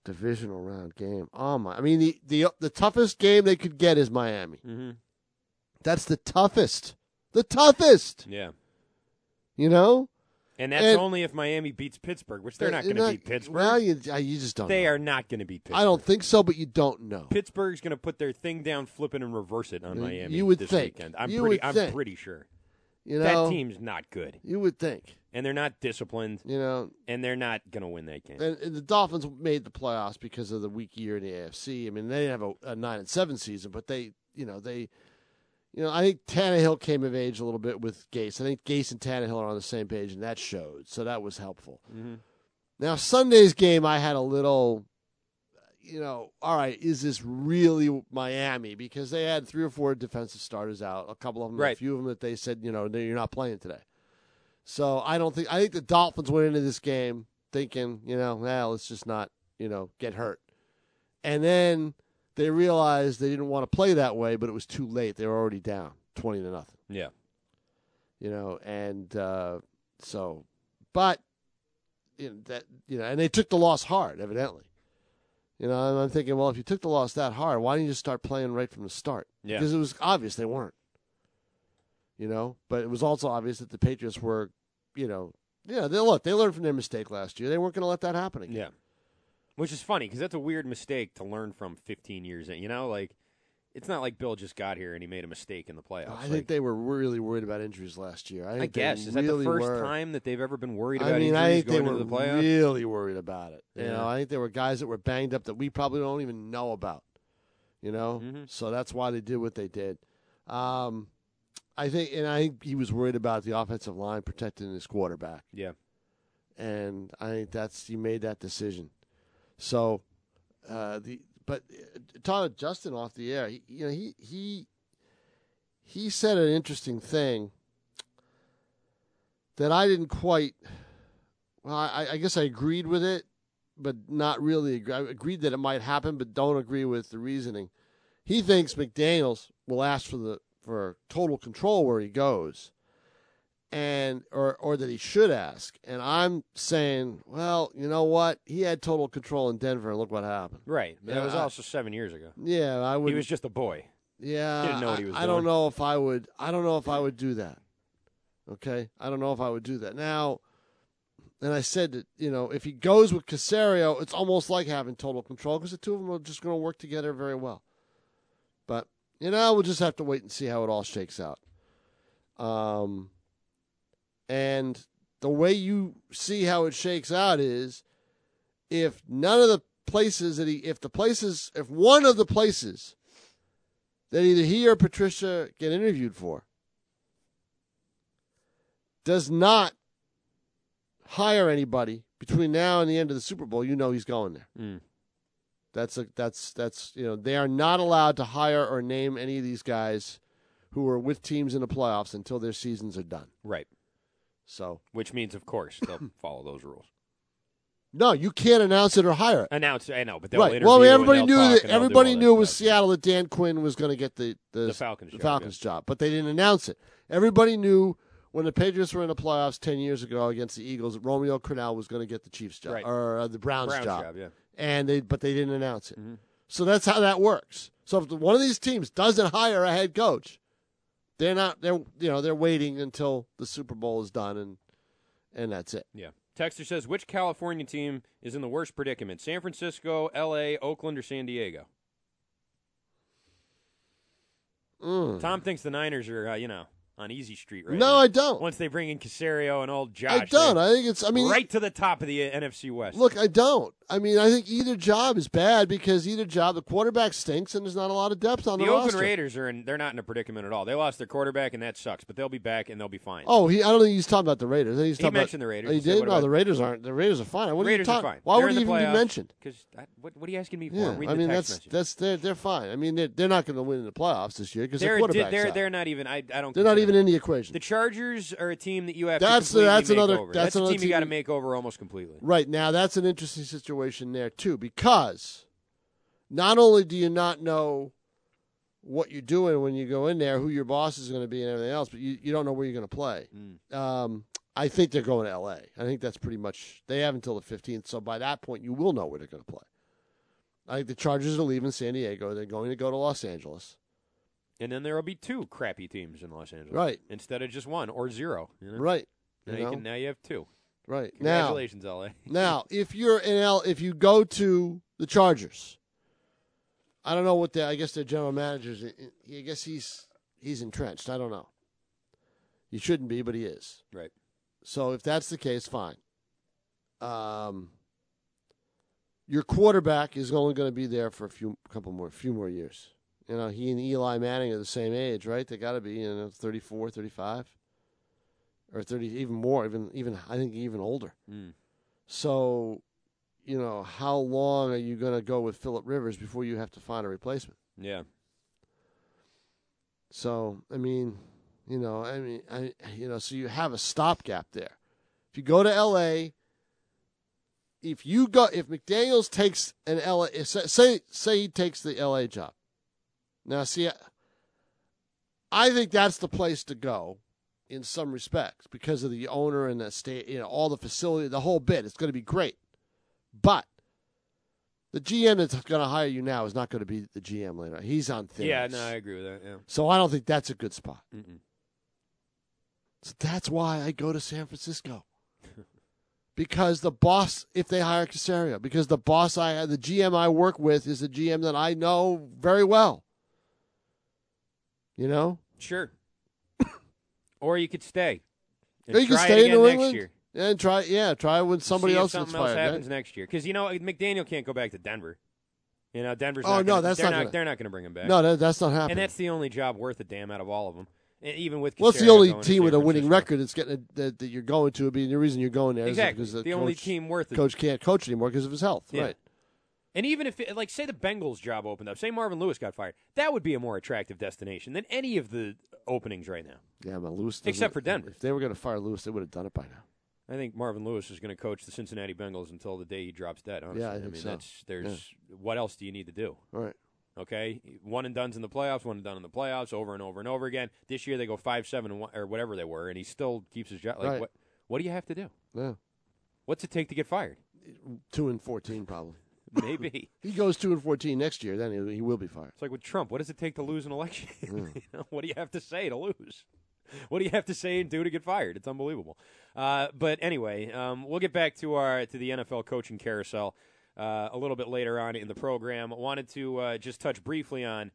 Speaker 2: divisional round game. Oh my! I mean, the the the toughest game they could get is Miami.
Speaker 1: Mm-hmm.
Speaker 2: That's the toughest. The toughest.
Speaker 1: Yeah.
Speaker 2: You know.
Speaker 1: And that's
Speaker 2: And-
Speaker 1: only if Miami beats Pittsburgh, which they're not
Speaker 2: They're
Speaker 1: going to beat Pittsburgh.
Speaker 2: Well, you, uh, you just don't.
Speaker 1: they
Speaker 2: know.
Speaker 1: are not going to beat Pittsburgh.
Speaker 2: I don't think so, but you don't know.
Speaker 1: Pittsburgh's going to put their thing down, flip it, and reverse it on
Speaker 2: Oh. You-
Speaker 1: Miami
Speaker 2: you would
Speaker 1: this
Speaker 2: think.
Speaker 1: weekend. I'm
Speaker 2: You
Speaker 1: pretty.
Speaker 2: would
Speaker 1: I'm
Speaker 2: think.
Speaker 1: pretty sure.
Speaker 2: You
Speaker 1: that
Speaker 2: know?
Speaker 1: team's not good,
Speaker 2: You would think.
Speaker 1: and they're not disciplined.
Speaker 2: You know,
Speaker 1: and they're not going to win that game.
Speaker 2: And, and the Dolphins made the playoffs because of the weak year in the AFC. I mean, they didn't have a, a nine and seven season, but they, you know, they, you know, I think Tannehill came of age a little bit with Gase. I think Gase and Tannehill are on the same page, and that showed. So that was helpful.
Speaker 1: Mhm.
Speaker 2: Now Sunday's game, I had a little, you know, all right, is this really Miami? Because they had three or four defensive starters out, a couple of them, a
Speaker 1: Right.
Speaker 2: few of them that they said, you know, no, you're not playing today. So I don't think I think the Dolphins went into this game thinking, you know, well, let's just not, you know, get hurt. And then they realized they didn't want to play that way, but it was too late. They were already down twenty to nothing.
Speaker 1: Yeah.
Speaker 2: You know, and uh, so, but you know, that you know, and they took the loss hard, evidently. You know, and I'm thinking, well, if you took the loss that hard, why didn't you just start playing right from the start?
Speaker 1: Yeah.
Speaker 2: Because it was obvious they weren't. You know, but it was also obvious that the Patriots were, you know, yeah, they look, they learned from their mistake last year. They weren't going to let that happen again.
Speaker 1: Yeah. Which is funny because that's a weird mistake to learn from 15 years in. You know, like it's not like Bill just got here and he made a mistake in the playoffs.
Speaker 2: I
Speaker 1: Like,
Speaker 2: think they were really worried about injuries last year. I,
Speaker 1: I,
Speaker 2: think they
Speaker 1: guess is that
Speaker 2: really
Speaker 1: the first
Speaker 2: were.
Speaker 1: time that they've ever been worried
Speaker 2: I
Speaker 1: about
Speaker 2: mean, I
Speaker 1: injuries
Speaker 2: think they
Speaker 1: going into
Speaker 2: were
Speaker 1: the playoffs?
Speaker 2: really worried about it. You
Speaker 1: Yeah.
Speaker 2: know, I think there were guys that were banged up that we probably don't even know about. You know,
Speaker 1: Mm-hmm.
Speaker 2: so that's why they did what they did. Um, I think, and I think he was worried about the offensive line protecting his quarterback.
Speaker 1: Yeah.
Speaker 2: and I think that's he made that decision. So, uh, the but uh, talking to Justin off the air, he, you know, he he he said an interesting thing that I didn't quite. Well, I, I guess I agreed with it, but not really. agree- I agreed that it might happen, but don't agree with the reasoning. He thinks McDaniel's will ask for the for total control where he goes, and or or that he should ask. And I'm saying, well, you know what? He had total control in Denver, and look what happened.
Speaker 1: Right. But that
Speaker 2: Yeah,
Speaker 1: was
Speaker 2: I-
Speaker 1: also seven years ago.
Speaker 2: Yeah, I would.
Speaker 1: He was just a boy.
Speaker 2: Yeah,
Speaker 1: He didn't know
Speaker 2: I,
Speaker 1: what he was
Speaker 2: I
Speaker 1: doing.
Speaker 2: don't know if I would. I don't know if I would do that. Okay, I don't know if I would do that now. And I said that you know if he goes with Casario, it's almost like having total control because the two of them are just going to work together very well. But you know we'll just have to wait and see how it all shakes out. Um, and the way you see how it shakes out is if none of the places that he, if the places, if one of the places that either he or Patricia get interviewed for does not hire anybody between now and the end of the Super Bowl, you know he's going there. That's a that's that's you know they are not allowed to hire or name any of these guys who are with teams in the playoffs until their seasons are done.
Speaker 1: Right.
Speaker 2: So,
Speaker 1: which means, of course, they'll follow those rules.
Speaker 2: No, you can't announce it or hire it.
Speaker 1: Announce, I know, but they'll
Speaker 2: Right.
Speaker 1: interview
Speaker 2: Well, I mean,
Speaker 1: and
Speaker 2: everybody
Speaker 1: they'll
Speaker 2: knew
Speaker 1: talk
Speaker 2: that.
Speaker 1: and they'll do
Speaker 2: Everybody
Speaker 1: all that
Speaker 2: knew it was
Speaker 1: stuff.
Speaker 2: Seattle that Dan Quinn was going to get the the,
Speaker 1: The Falcons job,
Speaker 2: job, but they didn't announce it. Everybody knew when the Patriots were in the playoffs ten years ago against the Eagles, Romeo Cornell was going to get the Chiefs job
Speaker 1: Right.
Speaker 2: or uh, the Browns,
Speaker 1: Browns
Speaker 2: job.
Speaker 1: job, yeah. Mm-hmm.
Speaker 2: And they but they didn't announce it. So that's how that works. So if one of these teams doesn't hire a head coach, they're not they're you know they're waiting until the Super Bowl is done and and that's it.
Speaker 1: Yeah. Texter says, which California team is in the worst predicament? San Francisco, L.A., Oakland, or San Diego?
Speaker 2: Mm.
Speaker 1: Tom thinks the Niners are, uh, you know, on easy street right
Speaker 2: No,
Speaker 1: now.
Speaker 2: I don't.
Speaker 1: Once they bring in Casario and old Josh,
Speaker 2: I don't.
Speaker 1: they're
Speaker 2: I think it's. I mean,
Speaker 1: right to the top of the uh, NFC West.
Speaker 2: Look, I don't. I mean, I think either job is bad because either job, the quarterback stinks and there's not a lot of depth on the,
Speaker 1: the Oakland
Speaker 2: roster.
Speaker 1: Raiders are in. They're not in a predicament at all. They lost their quarterback, and that sucks. But they'll be back, and they'll be fine.
Speaker 2: Oh, he, I don't think he's talking about the Raiders. I think He's
Speaker 1: He
Speaker 2: talking
Speaker 1: mentioned
Speaker 2: about, Oh,
Speaker 1: the Raiders.
Speaker 2: He
Speaker 1: He said,
Speaker 2: did.
Speaker 1: what
Speaker 2: No,
Speaker 1: about-
Speaker 2: the Raiders aren't. The Raiders are fine. What
Speaker 1: Raiders
Speaker 2: are you
Speaker 1: are
Speaker 2: talking?
Speaker 1: fine.
Speaker 2: Why
Speaker 1: They're
Speaker 2: would
Speaker 1: in
Speaker 2: he
Speaker 1: the
Speaker 2: even be
Speaker 1: playoffs.
Speaker 2: mentioned?
Speaker 1: Because what, what are you asking me for?
Speaker 2: Yeah,
Speaker 1: Read
Speaker 2: I
Speaker 1: the
Speaker 2: mean that's
Speaker 1: text message.
Speaker 2: that's they're they're fine. I mean they're they're not going to win in the playoffs this year because their
Speaker 1: They're,
Speaker 2: quarterback's
Speaker 1: they're,
Speaker 2: out.
Speaker 1: they're not even. I, I don't.
Speaker 2: They're not
Speaker 1: consider
Speaker 2: even
Speaker 1: them.
Speaker 2: in the equation.
Speaker 1: The Chargers are a team that you have.
Speaker 2: That's-
Speaker 1: to completely
Speaker 2: that's
Speaker 1: make
Speaker 2: another-
Speaker 1: Over.
Speaker 2: that's
Speaker 1: a
Speaker 2: another
Speaker 1: team, you got to
Speaker 2: team-
Speaker 1: make over almost completely.
Speaker 2: Right now, that's an interesting situation there too, because not only do you not know what you're doing when you go in there, who your boss is going to be, and everything else, but you, you don't know where you're going to play. Um, I think they're going to L.A. I think that's pretty much they have until the 15th, so by that point, you will know where they're going to play. I think the Chargers are leaving San Diego. They're going to go to Los Angeles.
Speaker 1: And then there will be two crappy teams in Los Angeles,
Speaker 2: Right.
Speaker 1: Instead of just one or zero, you know?
Speaker 2: Right.
Speaker 1: Now
Speaker 2: You
Speaker 1: you,
Speaker 2: know?
Speaker 1: can. Now you have two.
Speaker 2: Right.
Speaker 1: Congratulations,
Speaker 2: now,
Speaker 1: LA.
Speaker 2: now, if you're in L, if you go to the Chargers, I don't know what the I guess their general manager's. I guess he's he's entrenched. I don't know. He shouldn't be, but he is.
Speaker 1: Right.
Speaker 2: So if that's the case, fine. Um, your quarterback is only going to be there for a few couple more few more years. You know, he and Eli Manning are the same age, right? They got to be you know, 34, 35 or 30 even more, even even I think even older.
Speaker 1: Mm.
Speaker 2: So, you know, how long are you going to go with Philip Rivers before you have to find a replacement?
Speaker 1: Yeah.
Speaker 2: So I mean, you know, I mean, I you know, so you have a stopgap there. If you go to L.A., if you go, if McDaniel's takes an L.A., if- say say he takes the L.A. job. Now, see, I, I think that's the place to go in some respects because of the owner and the state, you know, all the facility, the whole bit. It's going to be great. But the GM that's going to hire you now is not going to be the GM later. He's on thin.
Speaker 1: Yeah,
Speaker 2: ice.
Speaker 1: no, I agree with that. Yeah.
Speaker 2: So I don't think that's a good spot.
Speaker 1: Mm-mm.
Speaker 2: So that's why I go to San Francisco. Because the boss, if they hire Casario, because the boss I, the GM I work with, is a GM that I know very well. You know,
Speaker 1: Sure. or you could stay. And
Speaker 2: Or you can
Speaker 1: try it
Speaker 2: stay in
Speaker 1: again
Speaker 2: New
Speaker 1: next
Speaker 2: England
Speaker 1: year.
Speaker 2: Yeah, and try. Yeah, try when somebody
Speaker 1: See if
Speaker 2: else gets
Speaker 1: something
Speaker 2: fired. right?
Speaker 1: happens next year because you know McDaniel can't go back to Denver. You know Denver's.
Speaker 2: Oh,
Speaker 1: not
Speaker 2: no,
Speaker 1: gonna,
Speaker 2: that's
Speaker 1: they're
Speaker 2: not gonna-
Speaker 1: They're not going to bring him back.
Speaker 2: No, that- that's not happening.
Speaker 1: And that's the only job worth a damn out of all of them. And even with
Speaker 2: Well, it's the
Speaker 1: Cassero
Speaker 2: only
Speaker 1: going to
Speaker 2: team with
Speaker 1: San
Speaker 2: a winning record that's getting a, that, that you're going to. Be the reason you're going there is
Speaker 1: Exactly.
Speaker 2: because the,
Speaker 1: The only
Speaker 2: coach-
Speaker 1: team worth it.
Speaker 2: coach can't coach anymore because of his health.
Speaker 1: Yeah.
Speaker 2: Right.
Speaker 1: And even if, it, like, say the Bengals job opened up, say Marvin Lewis got fired, that would be a more attractive destination than any of the openings right now.
Speaker 2: Yeah, but Lewis. doesn't-
Speaker 1: Except for Denver.
Speaker 2: if they were going to fire Lewis, they would have done it by now.
Speaker 1: I think Marvin Lewis is going to coach the Cincinnati Bengals until the day he drops dead. Honestly,
Speaker 2: Yeah, I think
Speaker 1: mean
Speaker 2: so.
Speaker 1: that's there's what else do you need to do?
Speaker 2: Right.
Speaker 1: Okay, one and duns in the playoffs, one and done in the playoffs, over and over and over again. This year they go five, seven, and one, or whatever they were, and he still keeps his job. Like
Speaker 2: Right.
Speaker 1: what? What do you have to do?
Speaker 2: Yeah.
Speaker 1: What's it take to get fired?
Speaker 2: Two and fourteen probably.
Speaker 1: Maybe
Speaker 2: He goes two and fourteen next year. Then he, he will be fired.
Speaker 1: it's like with Trump. What does it take to lose an election?
Speaker 2: Yeah.
Speaker 1: You know, what do you have to say to lose? What do you have to say and do to get fired? It's unbelievable. Uh, but anyway, um, we'll get back to our to the NFL coaching carousel uh, a little bit later on in the program. Wanted to uh, just touch briefly on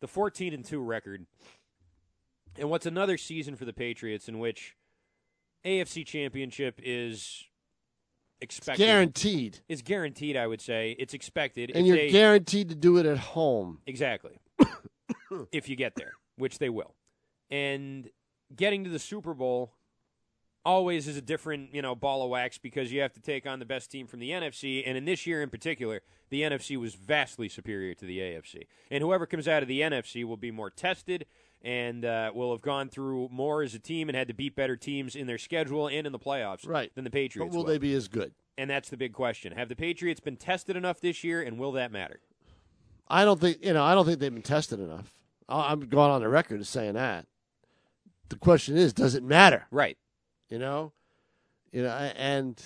Speaker 1: the fourteen and two record, and what's another season for the Patriots in which AFC Championship is expected
Speaker 2: guaranteed.
Speaker 1: is guaranteed. I would say it's expected,
Speaker 2: and
Speaker 1: It's
Speaker 2: you're
Speaker 1: a-
Speaker 2: guaranteed to do it at home.
Speaker 1: Exactly. if you get there, which they will. And getting to the Super Bowl always is a different, you know, ball of wax because you have to take on the best team from the NFC and in this year in particular, the NFC was vastly superior to the AFC. And whoever comes out of the NFC will be more tested and uh, will have gone through more as a team and had to beat better teams in their schedule and in the playoffs
Speaker 2: Right.
Speaker 1: than the Patriots.
Speaker 2: But will
Speaker 1: will.
Speaker 2: they be as good?
Speaker 1: And that's the big question. Have the Patriots been tested enough this year and will that matter?
Speaker 2: I don't think you know. I don't think they've been tested enough. I- I'm going on the record as saying that. The question is, does it matter?
Speaker 1: Right.
Speaker 2: You know, you know, I- and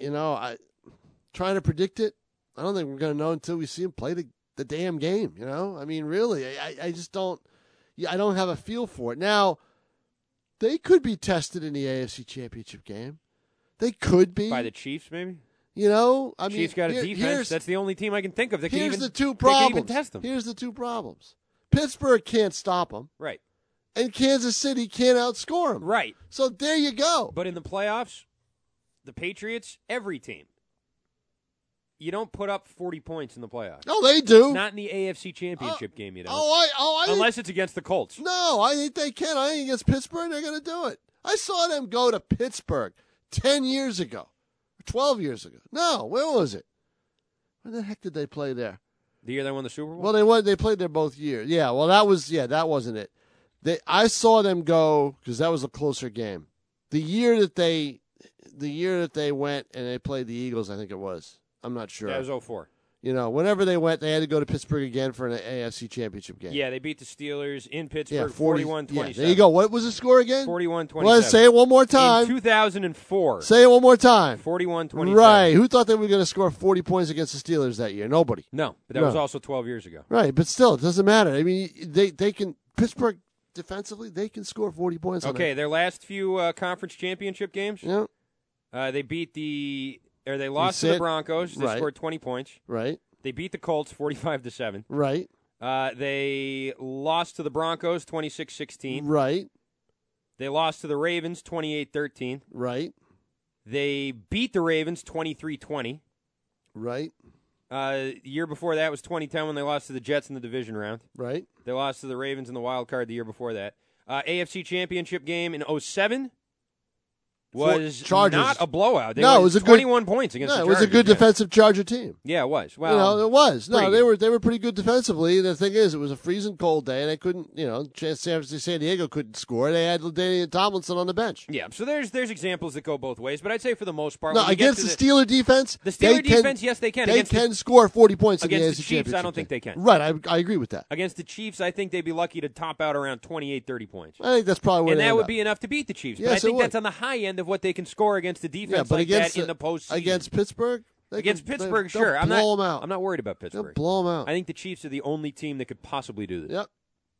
Speaker 2: you know, I trying to predict it. I don't think we're going to know until we see him play the, the damn game. You know, I mean, really, I, I- I just don't. Yeah, I don't have a feel for it now. They could be tested in the AFC Championship game. They could be.
Speaker 1: By the Chiefs maybe?
Speaker 2: you know, I mean,
Speaker 1: Chiefs got a
Speaker 2: here-
Speaker 1: defense.
Speaker 2: here's-
Speaker 1: That's the only team I can think of that can
Speaker 2: here's
Speaker 1: even
Speaker 2: the two
Speaker 1: that can
Speaker 2: problems.
Speaker 1: even test them.
Speaker 2: Here's the two problems. Pittsburgh can't stop them,
Speaker 1: Right.
Speaker 2: and Kansas City can't outscore them.
Speaker 1: Right.
Speaker 2: So there you go.
Speaker 1: But in the playoffs, the Patriots, every team, you don't put up 40 points in the playoffs.
Speaker 2: No, they do.
Speaker 1: Not in the AFC Championship game, you know.
Speaker 2: oh, I- oh, I-
Speaker 1: Unless it's against the Colts.
Speaker 2: No, I think they can. I think against Pittsburgh, they're going to do it. I saw them go to Pittsburgh ten years ago, twelve years ago. No, where was it? Where the heck did they play there?
Speaker 1: The year they won the Super Bowl?
Speaker 2: Well, they won. They played there both years. Yeah. Well, that was yeah. That wasn't it. They I saw them go because that was a closer game. The year that they, the year that they went and they played the Eagles, I think it was. I'm not sure.
Speaker 1: That was 04.
Speaker 2: You know, whenever they went, they had to go to Pittsburgh again for an AFC Championship game.
Speaker 1: Yeah, they beat the Steelers in Pittsburgh
Speaker 2: 40
Speaker 1: 41
Speaker 2: yeah, there you go. What was the score again?
Speaker 1: 41
Speaker 2: Well, say it one more time.
Speaker 1: 2004.
Speaker 2: Say it one more time.
Speaker 1: 41
Speaker 2: Right. Who thought they were going to score 40 points against the Steelers that year? Nobody.
Speaker 1: No, but that was also 12 years ago.
Speaker 2: Right, but still, it doesn't matter. I mean, they they can Pittsburgh defensively, they can score 40 points. on
Speaker 1: Okay,
Speaker 2: it.
Speaker 1: their last few uh, conference championship games.
Speaker 2: Yeah.
Speaker 1: Uh, they beat the or they lost to the
Speaker 2: said-
Speaker 1: Broncos. They
Speaker 2: right.
Speaker 1: scored twenty points.
Speaker 2: Right.
Speaker 1: They beat the Colts forty-five to seven.
Speaker 2: Right.
Speaker 1: Uh, they lost to the Broncos 26-16.
Speaker 2: Right.
Speaker 1: They lost to the Ravens 28-13.
Speaker 2: Right.
Speaker 1: They beat the Ravens 23-20.
Speaker 2: Right.
Speaker 1: Uh, year before that was 2010 when they lost to the Jets in the division round.
Speaker 2: Right.
Speaker 1: They lost to the Ravens in the wild card the year before that. Uh, AFC Championship game in 07. was
Speaker 2: Chargers.
Speaker 1: not a blowout. They
Speaker 2: no,
Speaker 1: won
Speaker 2: it was a
Speaker 1: 21
Speaker 2: good,
Speaker 1: points against
Speaker 2: No,
Speaker 1: the
Speaker 2: it was a
Speaker 1: Chargers,
Speaker 2: good
Speaker 1: yeah.
Speaker 2: defensive Charger team.
Speaker 1: Yeah, it was. Well,
Speaker 2: you know, it was. No,
Speaker 1: pretty
Speaker 2: they
Speaker 1: good.
Speaker 2: were they were pretty good defensively. The thing is, it was a freezing cold day, and they couldn't. You know, San Francisco, San Diego couldn't score. They had Ladainian Tomlinson on the bench.
Speaker 1: Yeah, so there's there's examples that go both ways, but I'd say for the most part,
Speaker 2: No,
Speaker 1: when you
Speaker 2: against
Speaker 1: get to
Speaker 2: the Steeler defense,
Speaker 1: the
Speaker 2: they
Speaker 1: Steeler
Speaker 2: can-
Speaker 1: defense, yes, they can.
Speaker 2: They
Speaker 1: Against the-
Speaker 2: can score forty points in
Speaker 1: against
Speaker 2: the,
Speaker 1: the
Speaker 2: AFC
Speaker 1: Chiefs, I don't
Speaker 2: Championship
Speaker 1: think
Speaker 2: game.
Speaker 1: they can.
Speaker 2: Right, I, I agree with that.
Speaker 1: against the Chiefs, I think they'd be lucky to top out around 28, 30 points.
Speaker 2: I think that's probably where
Speaker 1: and
Speaker 2: they
Speaker 1: that
Speaker 2: end
Speaker 1: would
Speaker 2: up.
Speaker 1: be enough to beat the Chiefs. but
Speaker 2: Yes,
Speaker 1: I
Speaker 2: it
Speaker 1: think
Speaker 2: would.
Speaker 1: that's on the high end of what they can score against the defense
Speaker 2: Yeah, but
Speaker 1: like
Speaker 2: against
Speaker 1: that in the postseason.
Speaker 2: against Pittsburgh, they
Speaker 1: Against
Speaker 2: can- they-
Speaker 1: Pittsburgh,
Speaker 2: they'll
Speaker 1: sure. I'm
Speaker 2: blow
Speaker 1: not.
Speaker 2: 'em out.
Speaker 1: I'm not worried about Pittsburgh.
Speaker 2: blow 'em out.
Speaker 1: I think the Chiefs are the only team that could possibly do this.
Speaker 2: Yep.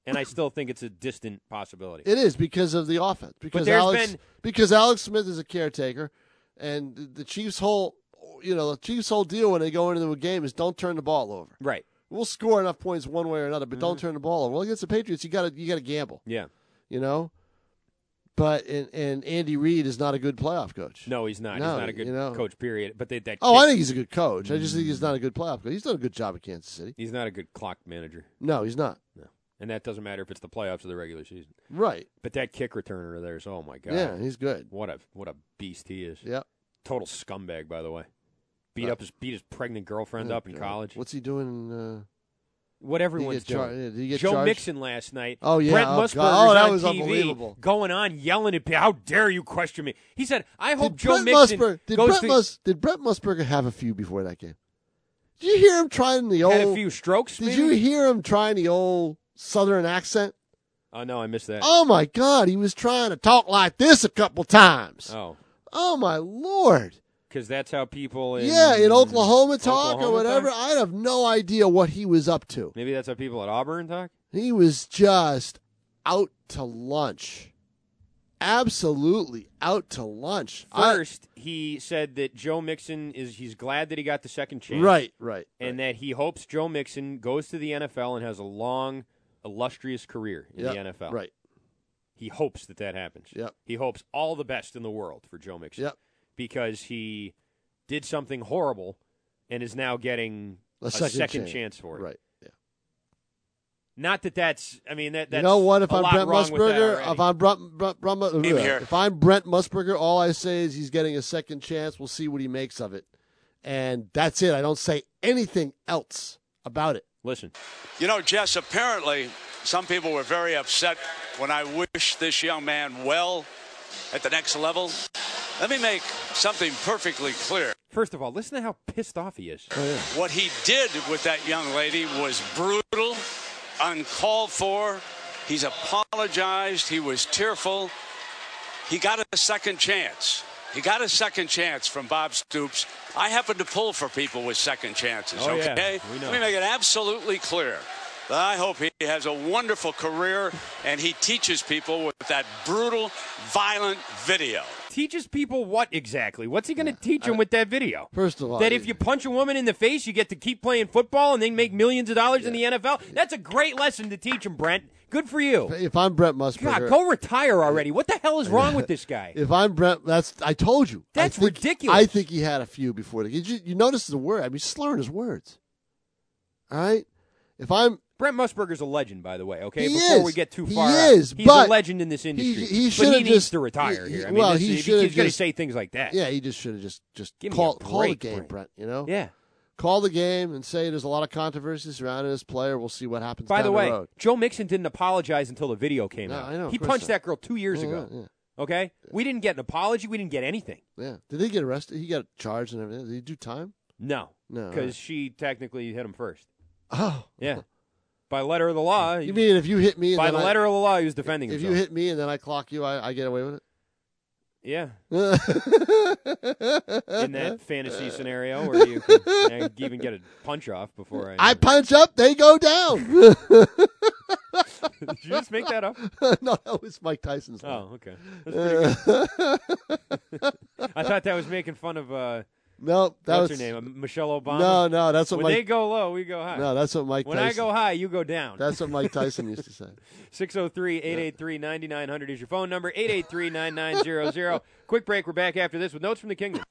Speaker 1: And I still think it's a distant possibility.
Speaker 2: It is because of the offense. Because
Speaker 1: there's
Speaker 2: Alex
Speaker 1: been-
Speaker 2: because Alex Smith is a caretaker, and the- the Chiefs' whole you know the Chiefs' whole deal when they go into a game is don't turn the ball over.
Speaker 1: Right. Mm-hmm.
Speaker 2: We'll score enough points one way or another, but don't turn the ball over. Well, against the Patriots, you got to you got to gamble.
Speaker 1: Yeah.
Speaker 2: You know. But and, and Andy Reid is not a good playoff coach.
Speaker 1: No, he's not.
Speaker 2: No,
Speaker 1: he's not a good
Speaker 2: you know.
Speaker 1: coach. Period. But they, that
Speaker 2: Oh, I
Speaker 1: kick-
Speaker 2: think he's a good coach. I just think he's not a good playoff coach. He's done a good job at Kansas City.
Speaker 1: He's not a good clock manager.
Speaker 2: No, he's not.
Speaker 1: No. And that doesn't matter if it's the playoffs or the regular season.
Speaker 2: Right.
Speaker 1: But that kick returner of theirs, oh my god.
Speaker 2: Yeah, he's good.
Speaker 1: What a what a beast he is.
Speaker 2: Yep.
Speaker 1: Total scumbag, by the way. Beat
Speaker 2: Uh,
Speaker 1: up his beat his pregnant girlfriend
Speaker 2: Oh,
Speaker 1: up in
Speaker 2: God.
Speaker 1: college.
Speaker 2: What's he doing? In, uh,
Speaker 1: What everyone's
Speaker 2: did he get char-
Speaker 1: doing.
Speaker 2: yeah, did he get
Speaker 1: Joe
Speaker 2: charged?
Speaker 1: Mixon last night.
Speaker 2: Oh yeah.
Speaker 1: Brent
Speaker 2: oh,
Speaker 1: Musburger's
Speaker 2: God. Oh, that
Speaker 1: on
Speaker 2: was
Speaker 1: TV
Speaker 2: unbelievable.
Speaker 1: going on yelling at people. How dare you question me? He said, "I hope
Speaker 2: Did
Speaker 1: Joe
Speaker 2: Brent
Speaker 1: Mixon
Speaker 2: Musburger- did,
Speaker 1: goes
Speaker 2: Brent
Speaker 1: to
Speaker 2: Mus- did Brent Musburger have a few before that game? Did you hear him trying the old?
Speaker 1: had a few strokes."
Speaker 2: did
Speaker 1: maybe?
Speaker 2: you hear him trying the old Southern accent?
Speaker 1: Oh no, I missed that.
Speaker 2: Oh my God, he was trying to talk like this a couple times.
Speaker 1: Oh,
Speaker 2: Oh my Lord.
Speaker 1: because that's how people. In,
Speaker 2: Yeah, in Oklahoma talk
Speaker 1: Oklahoma
Speaker 2: or whatever.
Speaker 1: talk?
Speaker 2: I have no idea what he was up to.
Speaker 1: Maybe that's how people at Auburn talk.
Speaker 2: He was just out to lunch. Absolutely out to lunch. I-
Speaker 1: First, he said that Joe Mixon is he's glad that he got the second chance.
Speaker 2: Right, right,
Speaker 1: And that he hopes Joe Mixon goes to the NFL and has a long, illustrious career in
Speaker 2: Yeah,
Speaker 1: the NFL.
Speaker 2: Right.
Speaker 1: He hopes that that happens.
Speaker 2: Yep.
Speaker 1: He hopes all the best in the world for Joe Mixon.
Speaker 2: Yep.
Speaker 1: Because he did something horrible and is now getting
Speaker 2: A second chance.
Speaker 1: chance for it.
Speaker 2: Right. Yeah.
Speaker 1: Not that that's I mean that that's
Speaker 2: you know what? If
Speaker 1: a
Speaker 2: I'm
Speaker 1: lot
Speaker 2: Brent
Speaker 1: wrong with that
Speaker 2: Musburger,
Speaker 1: already.
Speaker 2: if I'm Brent, Brent, Brent, Mu-
Speaker 1: Same here.
Speaker 2: if I'm Brent Musburger, all I say is he's getting a second chance. We'll see what he makes of it, and that's it. I don't say anything else about it.
Speaker 1: Listen,
Speaker 17: You know, Jess, apparently some people were very upset when I wished this young man well at the next level. Let me make something perfectly clear.
Speaker 1: First of all, listen to how pissed off he is.
Speaker 2: Oh,
Speaker 17: What he did with that young lady was brutal, uncalled for. He's apologized. He was tearful. He got a second chance. He got a second chance from Bob Stoops. I happen to pull for people with second chances,
Speaker 1: Oh, yeah.
Speaker 17: okay?
Speaker 1: We know.
Speaker 17: Let me make it absolutely clear that I hope he has a wonderful career and he teaches people with that brutal, violent video.
Speaker 1: Teaches people what exactly? What's he going to teach them with that video?
Speaker 2: First of all,
Speaker 1: that if you punch a woman in the face, you get to keep playing football and then
Speaker 2: Mm-hmm.
Speaker 1: make millions of dollars in the NFL. That's a great lesson to teach him, Brent. Good for you.
Speaker 2: if I'm Brent Musburger,
Speaker 1: God, go retire already. What the hell is wrong with this guy?
Speaker 2: If I'm Brent, that's I told you. I
Speaker 1: That's
Speaker 2: think-
Speaker 1: ridiculous.
Speaker 2: I think he had a few before. The, you, you notice the word? I mean, he's slurring his words. All right. If I'm
Speaker 1: Brent Musburger's a legend, by the way. Okay,
Speaker 2: He
Speaker 1: before
Speaker 2: is.
Speaker 1: we get too
Speaker 2: He
Speaker 1: far,
Speaker 2: is,
Speaker 1: out. he's
Speaker 2: but
Speaker 1: a legend in this industry.
Speaker 2: he
Speaker 1: but
Speaker 2: should've
Speaker 1: he needs
Speaker 2: just-
Speaker 1: to retire
Speaker 2: he-
Speaker 1: here. I
Speaker 2: he-
Speaker 1: mean,
Speaker 2: well,
Speaker 1: this-
Speaker 2: he
Speaker 1: if
Speaker 2: should've
Speaker 1: he's going to
Speaker 2: just-
Speaker 1: say things like that.
Speaker 2: yeah, he just should have just just
Speaker 1: Give me
Speaker 2: call
Speaker 1: a
Speaker 2: call the
Speaker 1: break,
Speaker 2: game,
Speaker 1: Brent.
Speaker 2: You know.
Speaker 1: Yeah.
Speaker 2: Call the game and say there's a lot of controversy surrounding this player. We'll see what happens.
Speaker 1: By
Speaker 2: down
Speaker 1: the way,
Speaker 2: road.
Speaker 1: Joe Mixon didn't apologize until the video came
Speaker 2: No,
Speaker 1: out.
Speaker 2: I know, of
Speaker 1: he
Speaker 2: course
Speaker 1: punched
Speaker 2: not.
Speaker 1: that girl two years
Speaker 2: Yeah,
Speaker 1: ago.
Speaker 2: yeah, yeah.
Speaker 1: Okay, we didn't get an apology. We didn't get anything.
Speaker 2: yeah. Did he get arrested? He got charged and everything. Did he do time?
Speaker 1: No,
Speaker 2: No,
Speaker 1: because
Speaker 2: right.
Speaker 1: she technically hit him first.
Speaker 2: Oh,
Speaker 1: Yeah, by letter of the law.
Speaker 2: You mean if you hit me and
Speaker 1: by
Speaker 2: then
Speaker 1: the
Speaker 2: I-
Speaker 1: letter of the law, he was defending
Speaker 2: If you
Speaker 1: himself.
Speaker 2: hit me and then I clock you, I, I get away with it.
Speaker 1: yeah, in
Speaker 2: in
Speaker 1: that fantasy scenario where you can even get a punch off before I.
Speaker 2: I punch up, they go down.
Speaker 1: Did you just make that up?
Speaker 2: no, that was Mike Tyson's.
Speaker 1: Oh,
Speaker 2: line.
Speaker 1: okay. That's pretty good. I thought that was making fun of. Uh,
Speaker 2: No, that
Speaker 1: what's
Speaker 2: was
Speaker 1: her name? Uh, Michelle Obama.
Speaker 2: No, no, that's what
Speaker 1: when
Speaker 2: Mike-
Speaker 1: they go low, we go high.
Speaker 2: No, that's what Mike
Speaker 1: When
Speaker 2: Tyson-
Speaker 1: I go high, you go down.
Speaker 2: That's what Mike Tyson used to say.
Speaker 1: 603-883-9900 is your phone number. 883-9900. Quick break. We're back after this with notes from the kingdom.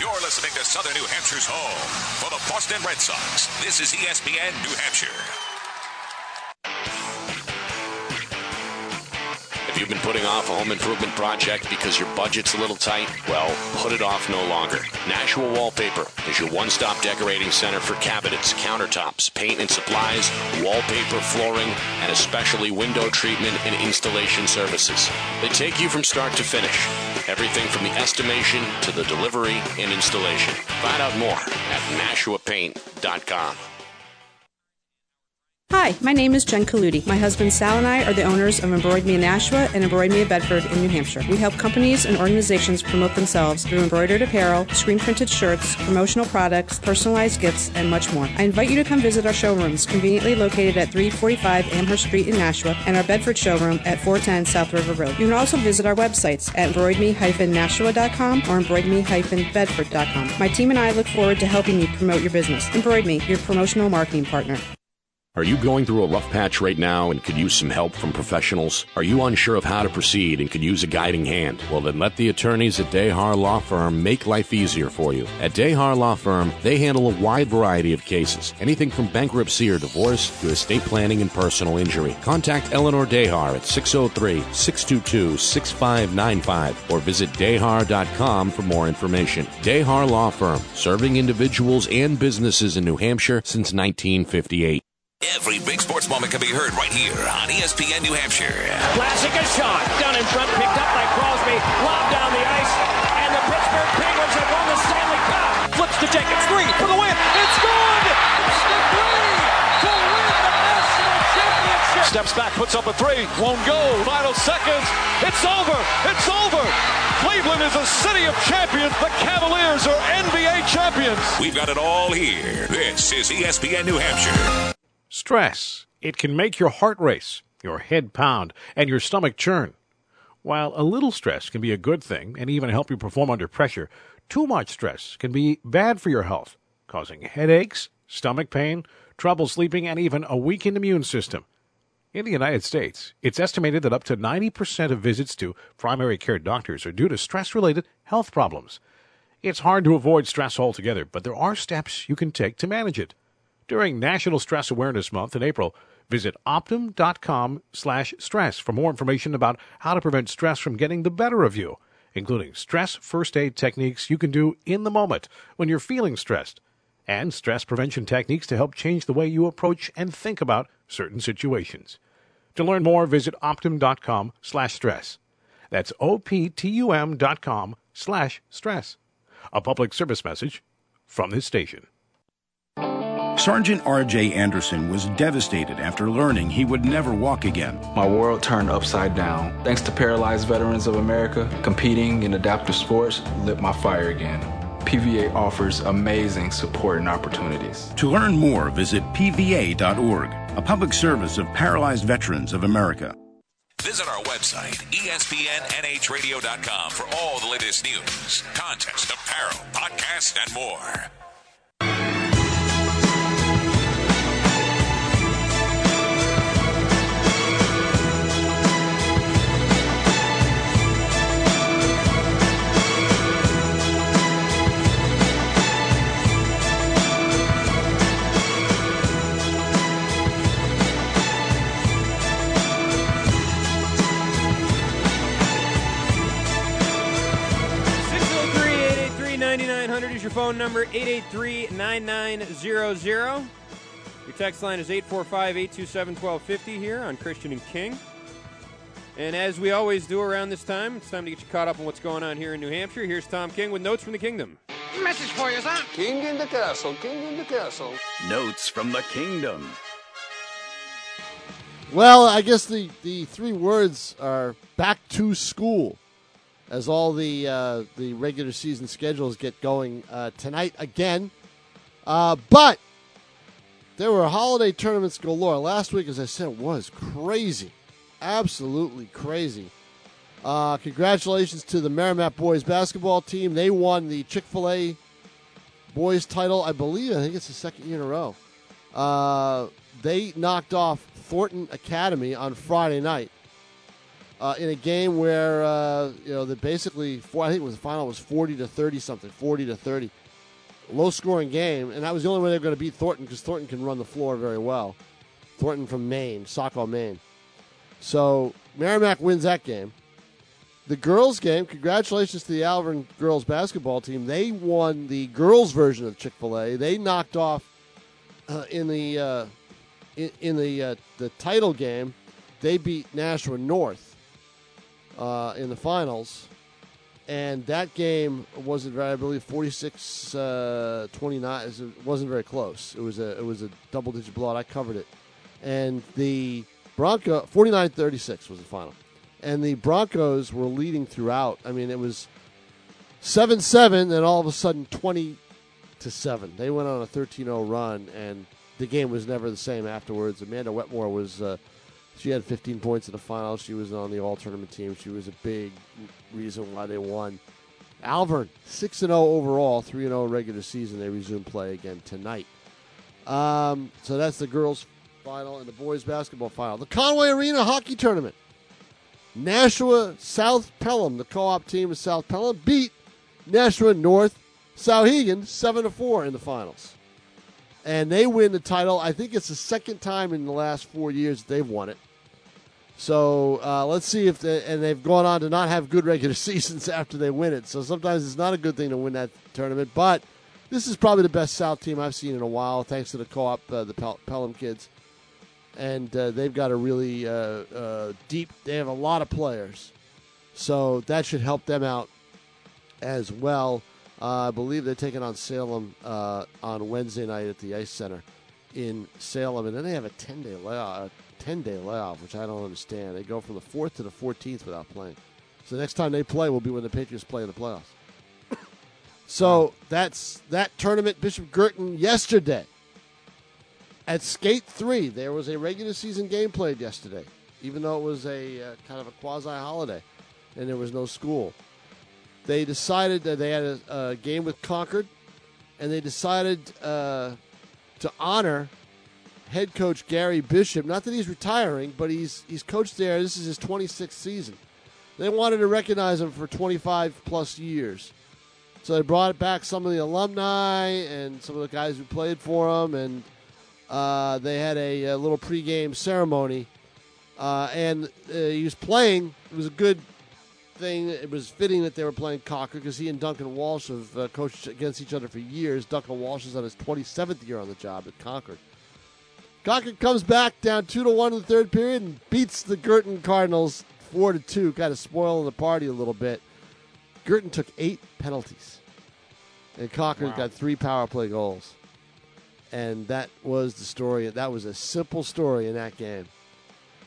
Speaker 5: You're listening to Southern New Hampshire's home for the Boston Red Sox. This is E ESPN New Hampshire.
Speaker 17: If
Speaker 18: If you've been putting off a home improvement project because your budget's a little tight, well, put it off no longer. Nashua Wallpaper is your one stop decorating center for cabinets, countertops, paint and supplies, wallpaper, flooring, and especially window treatment and installation services. They take you from start to finish everything from the estimation to the delivery and installation. Find out more at NashuaPaint.com.
Speaker 19: Hi, my name is Jen Kaludi. My husband Sal and I are the owners of Embroid Me in Nashua and Embroid Me in Bedford in New Hampshire. We help companies and organizations promote themselves through embroidered apparel, screen printed shirts, promotional products, personalized gifts, and much more. I invite you to come visit our showrooms, conveniently located at 345 Amherst Street in Nashua, and our Bedford showroom at 410 South River Road. You can also visit our websites at embroidme-nashua.com or embroidme-bedford.com. My team and I look forward to helping you promote your business. Embroid Me, your promotional marketing partner.
Speaker 18: Are you going through a rough patch right now and could use some help from professionals? Are you unsure of how to proceed and could use a guiding hand? Well, then let the attorneys at Dehar Law Firm make life easier for you. At Dehar Law Firm, they handle a wide variety of cases, anything from bankruptcy or divorce to estate planning and personal injury. Contact Eleanor Dehar at 603-622-6595 or visit dehar.com for more information. Dehar Law Firm, serving individuals and businesses in New Hampshire since 1958.
Speaker 5: Every big sports moment can be heard right here on E ESPN New Hampshire.
Speaker 13: Blasting a shot. Down in front, picked up by Crosby. Lobbed down the ice. And the Pittsburgh Penguins have won the Stanley Cup. Flips to Jacobs. Three for the win. It's good! It's the three to win the national championship.
Speaker 14: Steps back, puts up a three, won't go. Final seconds. It's over. It's over. Cleveland is a city of champions. The Cavaliers are NBA champions.
Speaker 5: We've got it all here. This is E ESPN New Hampshire.
Speaker 20: Stress. It can make your heart race, your head pound, and your stomach churn. While a little stress can be a good thing and even help you perform under pressure, too much stress can be bad for your health, causing headaches, stomach pain, trouble sleeping, and even a weakened immune system. In the United States, it's estimated that up to 90% of visits to primary care doctors are due to stress related health problems. It's hard to avoid stress altogether, but there are steps you can take to manage it. During National Stress Awareness Month in April, visit optum.com slash stress for more information about how to prevent stress from getting the better of you, including stress first aid techniques you can do in the moment when you're feeling stressed, and stress prevention techniques to help change the way you approach and think about certain situations. To learn more, visit optum.com slash stress. That's O-P-T-U-M dot com slash stress. A public service message from this station.
Speaker 21: Sergeant R.J. Anderson was devastated after learning he would never walk again.
Speaker 22: My world turned upside down. Thanks to Paralyzed Veterans of America, competing in adaptive sports lit my fire again. PVA offers amazing support and opportunities.
Speaker 21: To learn more, visit pva.org, a public service of Paralyzed Veterans of America.
Speaker 5: Visit our website, E espnnhradio.com, for all the latest news, contest, apparel, podcasts, and more. oh is your phone number, 883-9900. Your text line is 845-827-1250 here on Christian and King. And as we always do around this time, it's time to get you caught up on what's going on here in New Hampshire. Here's Tom King with Notes from the Kingdom.
Speaker 23: Message for you, son. King in the castle, king in the castle.
Speaker 24: Notes from the Kingdom.
Speaker 2: Well, I guess the, the three words are back to school as all the uh, the regular season schedules get going uh, tonight again. Uh, but there were holiday tournaments galore last week. As I said, was crazy, absolutely crazy. Uh, congratulations to the Merrimack boys basketball team. They won the Chick Fil A boys title, I believe. I think it's the second year in a row. they knocked off Thornton Academy on Friday night. Uh, in a game where uh, you know that basically four, I think it was the final was forty to thirty something, forty to thirty, low scoring game, and that was the only way they were going to beat Thornton because Thornton can run the floor very well. Thornton from Maine, Saco, Maine, So Merrimack wins that game. The girls' game, congratulations to the Alvin girls basketball team. They won the girls' version of Chick fil A. They knocked off uh, in the uh, in, in the uh, the title game. They beat Nashua North uh, in the finals. And that game wasn't very, I believe, 46 uh, 29. It wasn't very close. It was a it was a double digit blowout. I covered it. And the Bronco 49 36 was the final. And the Broncos were leading throughout. I mean, it was 7 7, then all of a sudden 20 to 7. They went on a 13 0 run, and the game was never the same afterwards. Amanda Wetmore was. Uh, she had 15 points in the final. She was on the all tournament team. She was a big reason why they won. Alvern, 6 0 overall, 3 0 regular season. They resume play again tonight. Um, so that's the girls' final and the boys' basketball final. The Conway Arena hockey tournament. Nashua South Pelham, the co op team of South Pelham, beat Nashua North Sauhegan 7 to 4 in the finals. And they win the title. I think it's the second time in the last four years that they've won it. So uh, let's see if they, and they've gone on to not have good regular seasons after they win it. So sometimes it's not a good thing to win that tournament. But this is probably the best South team I've seen in a while, thanks to the co-op, uh, the Pel- Pelham kids, and uh, they've got a really uh, uh, deep. They have a lot of players, so that should help them out as well. Uh, I believe they're taking on Salem uh, on Wednesday night at the Ice Center in Salem, and then they have a ten day layoff, a ten day layoff, which I don't understand. They go from the fourth to the fourteenth without playing. So next time they play will be when the Patriots play in the playoffs. So that's that tournament. Bishop Girton yesterday at Skate Three. There was a regular season game played yesterday, even though it was a uh, kind of a quasi holiday, and there was no school. They decided that they had a, a game with Concord, and they decided uh, to honor head coach Gary Bishop. Not that he's retiring, but he's he's coached there. This is his 26th season. They wanted to recognize him for 25 plus years. So they brought back some of the alumni and some of the guys who played for him, and uh, they had a, uh little pregame ceremony. Uh, and uh, he was playing. It was a good thing. It was fitting that they were playing Cocker because he and Duncan Walsh have uh, coached against each other for years. Duncan Walsh is on his 27th year on the job at Concord. Concord comes back down two to one in the third period and beats the Girton Cardinals four to two, kind of spoiling the party a little bit. Girton took eight penalties, and Concord
Speaker 3: Wow.
Speaker 2: got three power play goals, and that was the story. That was a simple story in that game,